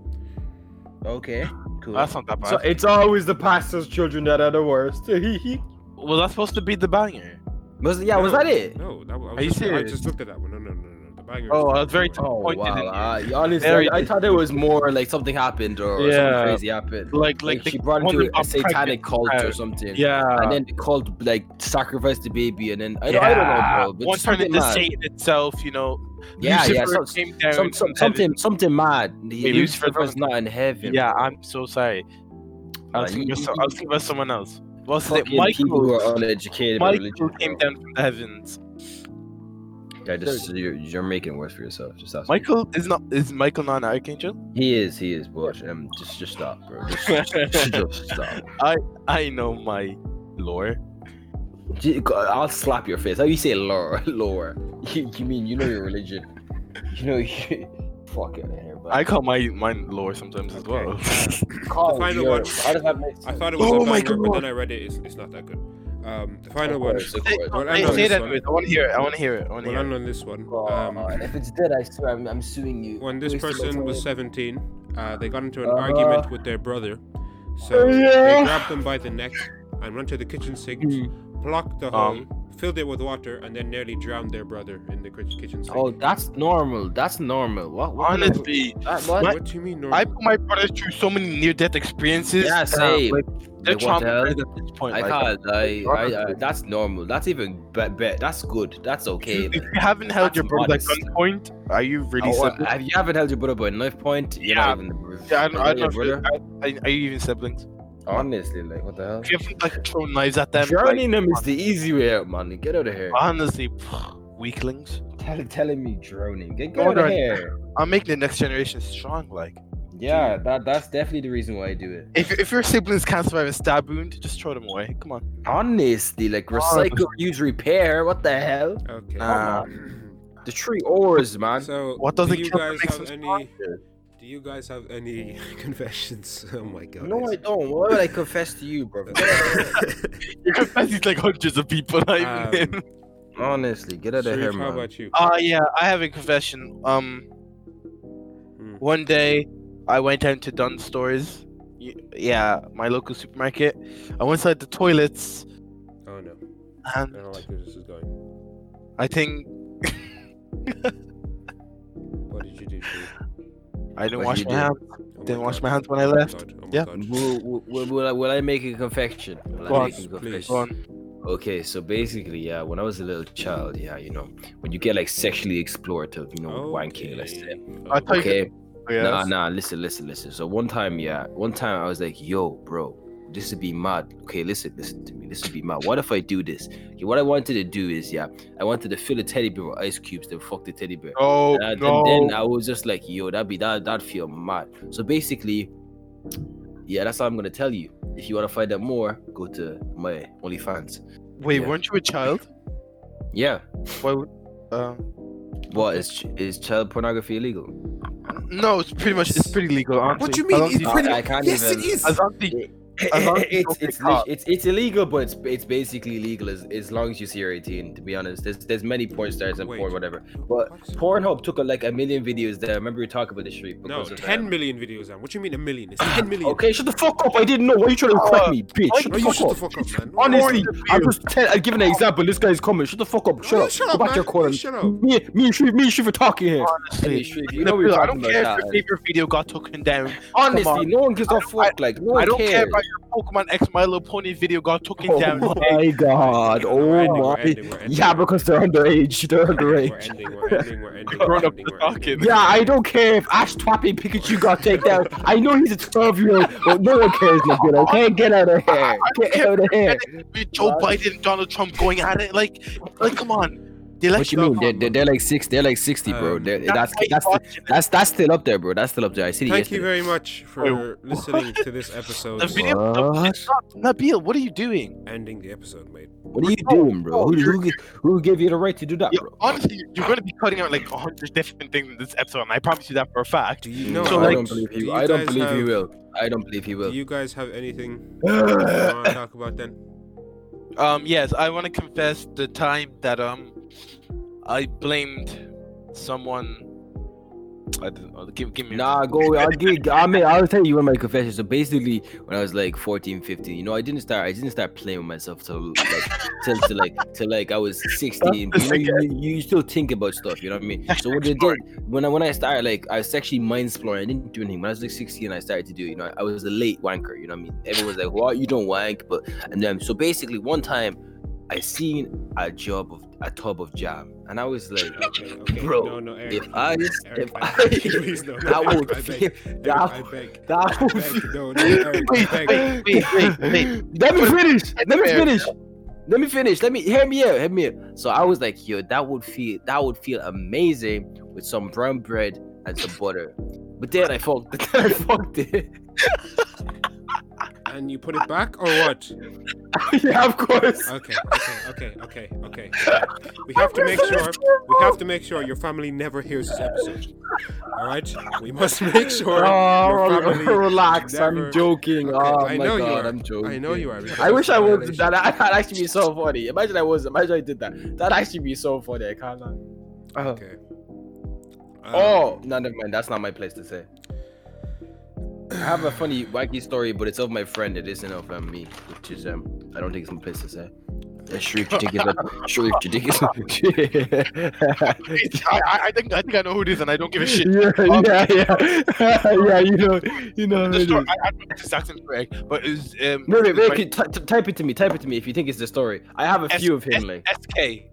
S2: Okay, cool.
S3: That's not that bad.
S2: it's always the pastor's children that are the worst.
S3: was that supposed to be the banger?
S2: was yeah, was
S1: No,
S2: that it?
S1: No, that was.
S3: Are you
S1: I
S3: serious?
S1: just looked at that one. No, no, no, no. The banger.
S3: Oh,
S1: was-
S3: that's very tough.
S2: Oh
S3: Pointed in
S2: wow!
S3: here.
S2: I, honestly,
S3: Very-
S2: I, I thought it was more like something happened or
S3: Yeah.
S2: something crazy happened.
S3: Like,
S2: Like,
S3: like, they
S2: she brought him
S3: wondered
S2: to a
S3: about
S2: satanic
S3: pregnant-
S2: cult
S3: uh,
S2: or something.
S3: Yeah.
S2: And then the cult like sacrificed the baby, and then I,
S3: yeah.
S2: I don't know, bro. But
S3: One turned
S2: something
S3: into
S2: mad.
S3: Satan itself, you know.
S2: Yeah, yeah,
S3: Lucifer
S2: some-
S3: came down
S2: some,
S3: and
S2: some,
S3: said,
S2: something something mad.
S3: Hey, Lucifer
S2: Lucifer's not in heaven.
S3: Yeah, I'm so sorry. I
S2: Uh,
S3: was thinking
S2: you-
S3: of so-
S2: you-
S3: I was thinking about someone else. What's
S2: Fucking
S3: it?
S2: people who
S3: Michael.
S2: are uneducated. about
S3: Michael
S2: religion,
S3: came
S2: bro.
S3: down from the heavens.
S2: Yeah, just you're, you're making worse for yourself. Just ask me.
S3: Michael is not. Is Michael not an archangel?
S2: He is. He is. But um, just just stop, bro. Just, just, just stop.
S3: I know my lore.
S2: J- go- I'll slap your face. How you say lower? Lower. You, you mean you know your religion? You know you. Fuck it, here, but
S3: I call my mine lore sometimes as
S1: Okay.
S3: well.
S2: call
S1: the final
S2: your-
S1: one-
S2: How does that make sense?
S1: I thought it was
S3: Oh
S1: a
S3: my
S1: banger, but
S3: God. Oh,
S1: then I read it. It's, it's not that good. Um, the final
S2: Of
S1: one.
S2: course, of
S3: Hey,
S2: course.
S1: Well, I
S3: Hey,
S1: know
S3: say
S1: this
S3: that
S1: one.
S3: with. I want to hear it. I want to hear it. I want to
S1: We'll end
S3: hear it.
S1: on this one.
S2: God,
S1: Um,
S2: if it's dead, I swear I'm, I'm suing you.
S1: when this
S2: Wasting my
S1: person was
S2: time.
S1: 17, uh, they got into an
S2: Uh-huh.
S1: argument with their brother. So
S3: Oh, yeah.
S1: they grabbed them by the neck and ran to the kitchen sink,
S2: Hmm.
S1: plucked the hole,
S3: Um.
S1: filled it with water, and then nearly drowned their brother in the kitch- kitchen sink.
S2: Oh, that's normal. That's normal. What? what
S3: Honestly,
S2: That, what?
S1: what do you mean, normal?
S3: I put my brother through so many near-death experiences.
S2: Yeah,
S3: that,
S2: same.
S3: Like, they're
S2: Like, what the hell?
S3: traumatized at this point.
S2: I
S3: like,
S2: can't. I, I, I.
S3: honestly.
S2: That's normal. That's even bet. Be- that's good. That's okay.
S3: If
S2: man.
S3: you haven't held
S2: That's
S3: your brother at
S2: modest.
S3: gunpoint, are you really
S2: Oh,
S3: siblings?
S2: have you haven't held your brother by a knife point? You're
S3: Yeah.
S2: not even the
S3: Yeah, I don't, I
S2: your
S3: don't know.
S2: brother.
S3: if- I- I- Are you even siblings?
S2: Honestly, like what the hell?
S3: If you haven't like thrown knives at them,
S2: Drowning
S3: like,
S2: them is the easy way out, man. Get out of here.
S3: honestly, pff, weaklings.
S2: Tell, telling me drowning. Get,
S3: Go
S2: out of
S3: on.
S2: here.
S3: I'm making the next generation strong. Like,
S2: Yeah, that, that's definitely the reason why I do it.
S3: if if your siblings can't survive a stab wound, just throw them away. Come on.
S2: Honestly, like recycle, use, repair. What the hell?
S1: Okay.
S3: Nah.
S2: Uh, The three oars, man.
S1: So,
S3: What doesn't
S1: do you
S3: kill them
S1: guys
S3: makes
S1: have
S3: them
S1: any?
S3: stronger.
S1: Do you guys have any confessions? Oh my god.
S2: No, I don't. Why would I confess to you, bro?
S3: You're confessing to, like hundreds of people. Not even
S1: Um,
S3: him.
S2: Honestly, get out of here,
S1: Sharif, how
S2: man.
S1: about you?
S3: Oh yeah, I have a confession. Um,
S1: Hmm.
S3: one day I went down to Dunn Stores. y- Yeah, my local supermarket. I went inside the toilets,
S1: Oh no, I
S3: and
S1: don't like where this is going.
S3: I think
S1: What did you do? Sharif?
S3: I didn't
S2: What'd
S3: wash
S2: you
S3: my
S2: do?
S3: hands.
S1: Oh my
S3: Didn't wash
S1: God.
S3: my hands when I
S1: Oh my
S3: left.
S1: God, oh my
S3: Yeah.
S1: God.
S2: Will, will, will, will I, will I make a confession? Will
S3: Go
S2: I
S3: on,
S2: make a
S1: please.
S2: confession?
S3: Go on.
S2: Okay, so basically, yeah, when I was a little child, yeah, you know, when you get like sexually explorative, you know, with wanking, let's say.
S3: I thought you
S1: Okay.
S3: could-
S2: Okay,
S3: Oh, Yeah,
S2: nah, nah, listen, listen, listen. So one time, yeah, one time I was like, yo, bro, this would be mad. Okay, listen, listen to me. This would be mad. What if I do this? Okay, what I wanted to do is, yeah, I wanted to fill a teddy bear with ice cubes, then fuck the teddy bear.
S3: No,
S2: And
S3: Oh, no.
S2: Uh, then I was just like, yo, that'd be that that'd feel mad. So basically, yeah, that's all I'm gonna tell you. If you wanna find out more, go to my OnlyFans.
S3: Wait,
S2: yeah.
S3: weren't you a child?
S2: Yeah.
S3: Why would? Uh,
S2: What is ch- is child pornography illegal?
S3: no, it's pretty much it's pretty legal. Honestly.
S1: What do you mean?
S3: I don't
S1: It's
S3: think-
S1: pretty-
S2: I can't
S1: yes,
S2: even-
S1: it is.
S3: I don't think-
S2: As long as you
S5: it's
S2: don't
S5: it's,
S2: get caught.
S5: leg- it's it's illegal, but it's it's basically legal as, as long as you see your 18. To be honest, there's there's many porn stars and
S1: Wait.
S5: porn whatever, but
S1: What?
S5: Pornhub took uh, like a million videos. There, I remember we talked about this street.
S1: No,
S5: because of,
S1: ten
S5: um,
S1: million videos, man. What do you mean a million? It's ten million.
S5: Okay, shut the fuck up! I didn't know. Why are you trying to correct me, bitch?
S3: why
S5: Shut the
S1: No, you
S5: fuck
S1: shut the
S5: up.
S1: fuck up, man. No,
S5: Honestly,
S1: no,
S5: I'm just tell, I'm giving an example. This guy's coming. Shut the fuck up. Shut
S1: you
S5: up.
S1: shut
S5: Go
S1: up,
S5: back to
S1: man.
S5: your corner.
S1: You shut up.
S2: Oh
S5: Me, me and Shreve, me and Shreve are talking here.
S3: Honestly,
S5: Hey, Shreve, you
S3: you
S5: know
S3: know
S5: we were
S3: I
S5: talking
S3: don't
S5: about
S3: care
S5: that,
S3: if your
S5: and-
S3: favorite video got taken down.
S5: Honestly,
S3: on.
S5: no one gives
S3: I
S5: a
S3: don't-
S5: fuck. Like no one
S3: I don't
S5: cares.
S3: care about your Pokemon X My Little Pony video got taken down.
S5: Oh my god!
S1: We're
S5: Oh
S1: ending, we're
S5: my!
S1: ending, we're ending,
S5: Yeah,
S1: we're ending.
S5: because they're underage. They're
S1: We're
S5: underage.
S1: ending, we're ending, we're ending.
S3: Grown
S1: we're
S3: up
S1: ending, we're
S3: talking.
S1: ending.
S5: Yeah, I don't care if Ash Twappy Pikachu got taken down. I know he's a 12 year old, but no one cares, Laguna. Okay, get out of here. Get out of here.
S3: With Joe Biden and Donald Trump going at it, like, like come on. The
S2: What you
S3: election
S2: mean? They're, they're, they're like six. They're like sixty, bro.
S1: Um,
S2: They're, that's
S3: why
S2: that's
S3: you
S2: that's, that's still up there, bro. That's still up there. I see it
S1: Thank you
S2: yesterday.
S1: very much for listening to this episode.
S3: The video-
S2: What?
S3: Nabil, what are you doing?
S1: Ending the episode, mate.
S2: What are you
S1: Oh,
S2: doing, bro? Who, who, gi- who gave you the right to do that,
S3: You-
S2: bro?
S3: honestly, you're going to be cutting out like a hundred different things in this episode, and I promise you that for a fact.
S1: Do you know?
S3: So,
S2: I
S3: like,
S2: don't believe
S1: do
S2: he.
S1: you
S2: I don't
S1: guys
S2: believe he
S1: have-
S2: will. I don't believe he
S1: Do
S2: will.
S1: you guys have anything you want to talk about then?
S3: Um, yes, I want to confess the time that um, I blamed someone. I didn't. oh, Give, give me.
S2: Nah, go. I'll give. I mean, I'll tell you when my confession. So basically, when I was like 14, 15, you know, I didn't start. I didn't start playing with myself till like till, till like till like I was sixteen. But, you, know, you, you, you still think about stuff. You know what I mean? So what I did when I when I started like I was actually mind exploring. I didn't do anything. When I was like sixteen, I started to do. You know, I was a late wanker. You know what I mean? Everyone was like, "What? You don't wank?" But and then so basically, one time, I seen a job of a tub of jam, and I was like.
S1: Okay, okay.
S2: Bro,
S1: no, no, Eric,
S2: if I-
S1: please,
S2: if
S1: Eric,
S2: I-
S1: beg, please, no, no,
S2: That
S1: Eric,
S2: would
S1: I beg,
S2: feel-
S1: Eric,
S2: that
S1: I beg,
S2: That
S1: I
S2: was
S1: beg, no, no, Eric, I beg.
S3: Wait, wait, wait.
S2: Let me finish. Let me
S3: fair.
S2: finish. Let me finish. Let me hear me out. Hear me out. So I was like, yo, that would feel that would feel amazing with some brown bread and some butter. But then I fucked. Then I fucked it.
S1: And you put it back or what?
S2: yeah, of course.
S1: Okay, okay, okay, okay, okay. We have to make sure we have to make sure your family never hears this episode. All right, we must make
S2: Oh,
S1: sure. your family
S2: relax.
S1: never-
S2: I'm joking.
S1: Okay,
S2: oh
S1: I
S2: my
S1: know you
S2: god,
S1: are.
S2: I'm joking.
S1: I know you are. because
S2: I wish I
S1: that's
S2: would
S1: violation.
S2: that. That'd actually be so funny. Imagine I was. Imagine I did that. That'd actually be so funny. I can't. lie.
S3: Uh-huh.
S1: Okay. Um,
S2: Oh, no, never mind. That's not my place to say. I have a funny, wacky story, but it's of my friend. It isn't of um, me, which is um, I don't think it's my place to say. Uh, Sharif Jadikus. uh, Sharif Jadikus.
S3: I, I, I think I think I know who it is, and I don't give a shit.
S2: yeah,
S3: Um,
S2: yeah, yeah, yeah. You know, you know.
S3: The
S2: Wait,
S3: story, I, I don't know the exact same story, but it was um.
S2: wait, wait,
S3: my-
S2: okay, ty- ty- type it to me. Type it to me if you think it's the story. I have a
S3: S-
S2: few of him. Like,
S3: SK.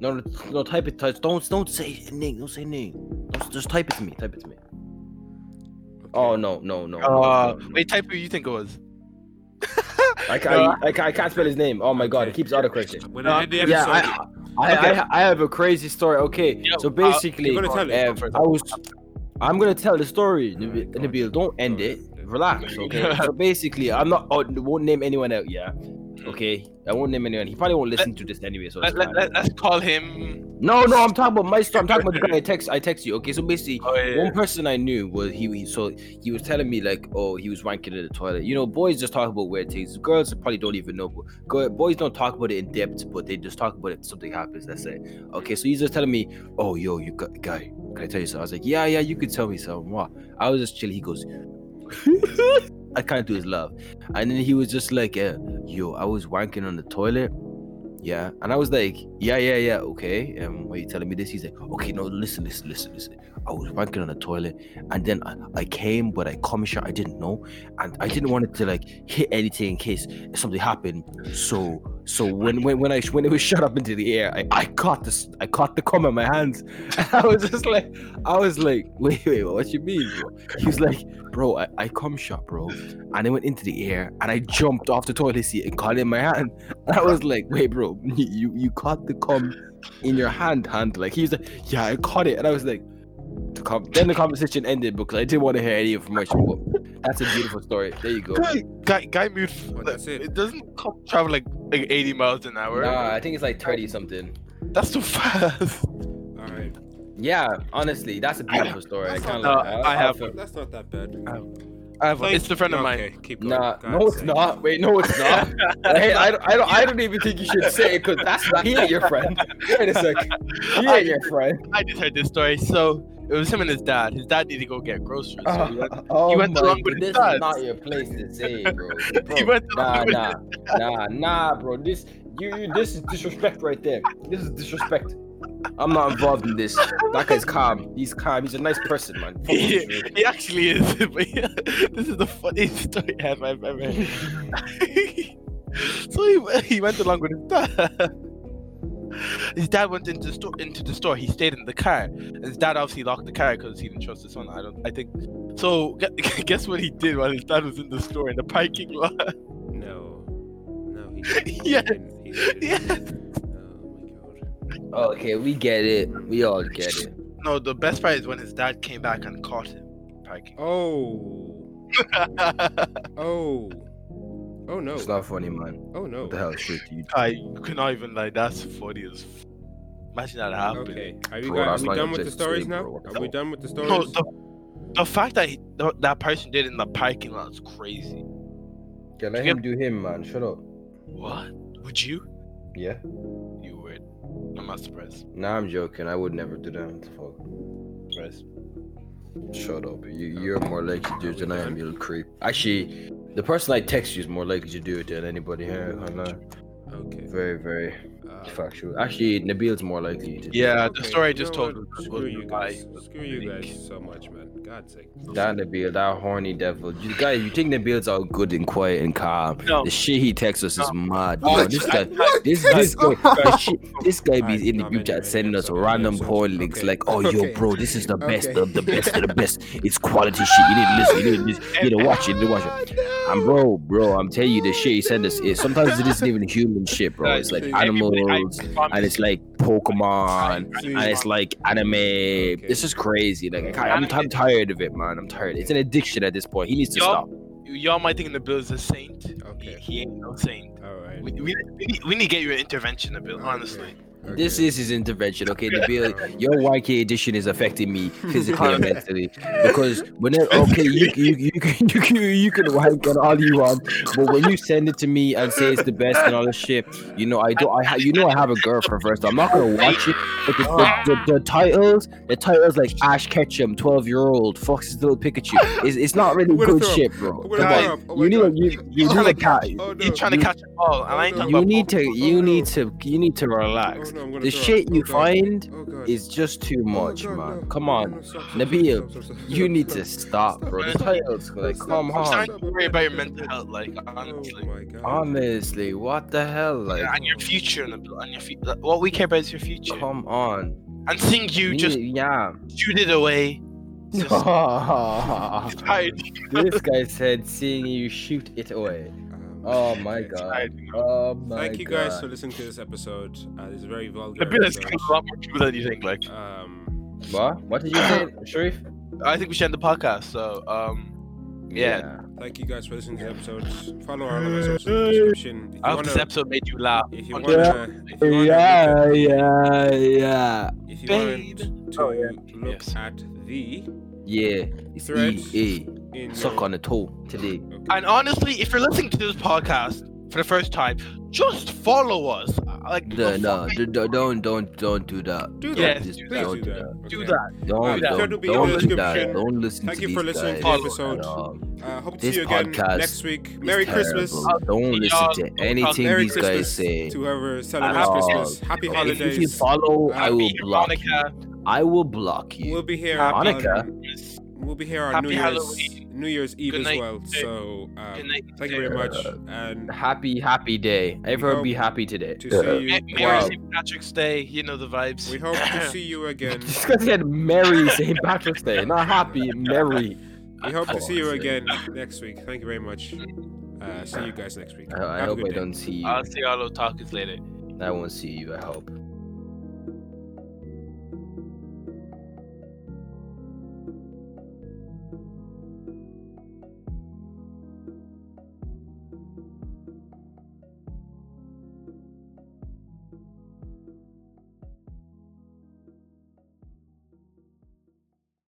S2: no, no, no. Type it. Type, don't, don't say name. Don't say name. Don't, just type it to me. Type it to me. Oh no, no, no. no,
S3: Uh,
S2: no, no.
S3: wait, type who you think it was.
S2: I can't, I, can't, I can't spell his name. Oh my god, it keeps autocorrecting.
S1: When I end the episode,
S2: Yeah, I, I, I, I have a crazy story. Okay,
S3: Yo,
S2: so
S3: uh,
S2: basically,
S1: you're gonna tell it.
S2: um, I was, I'm gonna tell the story. Nabil, Nabil, don't end it. Relax, okay? so basically, I'm not. I won't name anyone out. Yeah, okay. I won't name anyone. He probably won't listen to this anyway. So it's
S3: Hmm. Let, let,
S2: fine.
S3: let, let's call him.
S2: no, no, I'm talking about my story. I'm talking about the guy I text. I text you. Okay, so basically,
S3: Oh, yeah.
S2: one person I knew was he, he- so he was telling me like oh he was wanking in the toilet you know boys just talk about weird things girls probably don't even know but girl, boys don't talk about it in depth but they just talk about it something happens that's it okay so he's just telling me oh yo you got guy can I tell you something I was like yeah yeah you can tell me something what I was just chill he goes I can't do his love and then he was just like uh, yo I was wanking on the toilet yeah and I was like yeah yeah yeah okay um why you telling me this he's like okay no listen listen listen listen I was wanking on the toilet and then I, I came but I come shot I didn't know and I didn't want it to like hit anything in case something happened so so when when, when I when it was shot up into the air I, I caught this I caught the cum in my hands and I was just like I was like wait wait what you mean bro he's like bro I, I cum shot bro and it went into the air and I jumped off the toilet seat and caught it in my hand and I was like wait bro you you caught the cum in your hand hand like he's like yeah I caught it and I was like the com- then the conversation ended because I didn't want to hear any information. But that's a beautiful story. There you go.
S3: Guy, guy, guy moved.
S1: Well, that's it.
S3: It doesn't come travel like like 80 miles an hour.
S2: Nah, I think it's like 30 something.
S3: That's too fast.
S1: all right,
S2: Yeah, honestly, that's a beautiful story. I
S1: That's
S2: can't
S1: not-
S2: lie.
S3: I have-
S2: feel-
S1: that's not that bad.
S3: I have,
S1: Like-
S3: Oh. it's a friend of mine.
S1: Okay, keep going.
S2: Nah,
S1: God's
S2: no, it's
S1: sake.
S2: not. Wait, no, it's not. hey, I, don't- I don't, I don't even think you should say it because that's not. He ain't your friend. Wait a second. He ain't your friend.
S3: I just heard this story. So it was him and his dad. His dad needed to go get groceries. So he, went,
S2: oh,
S3: you went
S2: my
S3: along with his
S2: goodness, This
S3: thoughts.
S2: is not your place to say, bro. Bro,
S3: he went
S2: nah,
S3: along with-
S2: nah, nah, nah, bro. This, you, you, this is disrespect right there. This is disrespect. I'm not involved in this. That guy's calm. He's calm. He's a nice person, man. Fuck this,
S3: He, he actually is. but yeah, this is the funniest story I have I've ever heard. so he, went- he went along with his dad. His dad went into the store. Into the store, he stayed in the car. His dad obviously locked the car because he didn't trust his son. I don't. I think. So gu- guess what he did while his dad was in the store in the parking lot.
S1: No. No, he didn't.
S3: Yes.
S1: He didn't.
S3: Yes.
S1: Oh my god.
S2: bro. okay, we get it. We all get it.
S3: No, the best part is when his dad came back and caught him parking.
S1: Oh. Oh. Oh no.
S2: It's not funny, man.
S1: Oh no.
S2: What the hell? Shit, you
S3: I you cannot even like that's funny as. F- Imagine that happening.
S1: Okay. Are we,
S2: Bro,
S1: got, are
S2: that's
S1: we
S2: like
S1: done
S2: a
S1: with the
S2: jet
S1: stories
S2: stream,
S1: now?
S2: bro. What the
S1: Are we
S2: hell?
S1: done with the stories?
S3: No, the, the fact that he, th- that person did in the parking lot is crazy.
S2: Yeah, let him do him, man. Shut up.
S3: What? Would you?
S2: Yeah.
S3: You would. I'm not surprised.
S2: Nah, I'm joking. I would never do that. What the fuck?
S3: Surprised.
S2: Shut up. You, you're more likely to do it than I am, you little creep. Actually, the person I text you is more likely to do it than anybody here. I'm not
S1: okay.
S2: very, very
S1: uh,
S2: factual. Actually, Nabil's more likely to do
S3: Yeah,
S1: okay,
S3: the story I
S1: you
S3: just
S1: know
S3: told
S1: what?
S3: was-
S1: Screw
S3: was
S1: you
S3: a
S1: guys.
S3: lie.
S1: Screw you guys so much, man. God's sake.
S2: it. That Nabil, that horny devil. You guys, you think Nabil's all good and quiet and calm.
S3: No.
S2: The shit he texts us is mad.
S3: Oh,
S2: bro. This guy, this, this, guy, this shit- this guy be in the group chat sending us random porn links
S1: Okay.
S2: like, oh,
S1: Okay.
S2: yo, bro, this is the best
S1: Okay.
S2: of the best of the best. It's quality shit. You need to listen. You need to, listen. You need to watch it. You need to watch it. I'm bro, bro. I'm telling you, the shit he sent us is sometimes it isn't even human shit, bro. It's like
S3: Everybody- I
S2: animals,
S3: promise
S2: and it's like Pokemon,
S1: See,
S2: and it's like anime. This is crazy. Like I can't- I'm, I'm tired of it, man. I'm tired. It's an addiction at this point. He needs to
S3: Yup.
S2: stop.
S3: you. Y'all might think the bill is a saint. He,
S1: okay.
S3: he ain't no saint.
S1: All right.
S3: We, we, we, need, we need to get you an intervention, Nabil,
S1: Okay.
S3: honestly.
S2: This
S1: Okay.
S2: is uh, his intervention, okay? The bill, your YK edition is affecting me physically and mentally because when it, okay, you you you can you can you can wank on all you want, but when you send it to me and say it's the best and all this shit, you know I don't I ha- you know I have a girlfriend first. I'm not gonna watch it. But the, the, the, the titles, the titles like Ash Ketchum, twelve year old, Fox's little Pikachu. It's, it's not really
S1: We're gonna
S2: good
S1: throw up.
S2: shit, bro.
S1: We're
S2: Come
S1: gonna
S2: on,
S1: throw up. Oh
S2: you need
S1: my
S2: a, you, you need a cat.
S1: Oh, no.
S3: He's trying to catch a ball, and I ain't
S1: You
S3: talking
S2: You
S3: about
S2: need to you
S1: no.
S2: need to you need to
S1: Oh,
S2: relax.
S1: no, I'm gonna
S2: The
S1: throw up.
S2: shit
S1: Oh,
S2: you
S1: God.
S2: find
S1: Oh, God.
S2: is just too
S1: Oh,
S2: much,
S1: God,
S2: man.
S1: no.
S2: Come
S1: No,
S2: on,
S1: no, stop, stop,
S2: Nabil,
S1: stop, stop, stop, stop,
S2: you need
S1: stop.
S2: to stop, bro. The titles, like,
S3: I'm
S2: come on.
S3: starting to worry about your mental health, like honestly.
S1: Oh my god.
S2: Honestly, what the hell? Like,
S3: and your future, Nabil, and your fu- like, What we care about is your future.
S2: come on.
S3: And seeing you
S2: Me-
S3: just
S2: yeah.
S3: shoot it away. It's just- it's tired.
S2: this guy said, "Seeing you shoot it away."
S1: Um,
S2: Oh my
S1: okay.
S2: god.
S3: tired.
S2: Oh my
S1: Thank you
S2: god.
S1: guys for listening to this episode. Uh, it's very vulgar.
S3: The bill is
S1: episode.
S3: a lot more people than you think. Like,
S1: Um,
S2: What? What did you say, Sharif?
S3: I think we should end the podcast. So, um, yeah.
S1: thank you guys for listening to the episode. Follow our other socials in the description. If you
S3: I hope this
S1: wanna,
S3: episode made you laugh.
S1: if you
S3: on
S1: wanna,
S3: your-
S1: if you wanna,
S2: yeah, yeah, yeah.
S1: if you
S3: Babe.
S1: want to
S3: Oh, yeah.
S1: look
S3: Yes.
S1: at the
S2: Yeah, it's E
S1: Threads.
S2: E.
S1: in
S2: Suck
S1: your-
S2: on the toe today.
S1: Okay.
S3: And honestly, if you're listening to this podcast for the first time, just follow us. Uh, Like,
S2: No,
S3: the
S2: no,
S3: fuck-
S2: d- d- don't, don't, don't do that.
S1: do that.
S3: Yes,
S1: Please
S2: do
S1: do that.
S2: that.
S3: do
S1: Okay.
S3: that.
S2: Don't,
S3: that.
S2: don't,
S1: It'll be in the
S2: don't do
S1: description.
S2: that. Don't listen
S1: Thank
S2: to
S1: you
S2: these
S1: for listening to the
S2: guys
S1: episode.
S2: at all.
S1: Uh, hope to
S2: This
S1: see you again
S2: podcast
S1: next week.
S2: It's
S1: Merry Christmas.
S2: terrible. Don't listen
S3: Y'all-
S2: to anything
S1: Merry
S2: these
S1: Christmas
S2: guys say.
S1: to whoever celebrates
S2: Happy-
S1: Christmas. Happy
S2: If, if you
S1: holidays.
S2: follow, I
S1: Happy
S2: will
S3: Happy
S2: block you.
S3: Hanukkah.
S2: I will block you.
S1: We'll be here.
S3: Happy-
S1: on-
S2: Hanukkah.
S1: We'll be here on
S3: Happy
S1: New Year's
S3: Halloween.
S1: New Year's Eve
S3: Good
S1: as
S3: night.
S1: well. So
S3: Good
S1: um,
S3: night.
S1: thank you very much, and
S2: Happy, happy day. Everyone
S1: hope
S2: be happy today.
S1: to see
S3: Ma-
S1: you.
S3: Merry
S2: Wow.
S3: St. Patrick's Day. You know the vibes.
S1: We hope to see you again.
S2: This guy said Merry St. Patrick's Day. Not happy, Merry.
S1: We hope to see you
S2: Fuck's sake.
S1: again next week. Thank you very much. Uh, see you guys next week.
S2: I, I
S1: Have a
S2: hope
S1: good
S2: I
S1: day.
S2: don't see you.
S3: I'll see all those talkers later.
S2: I won't see you. I hope.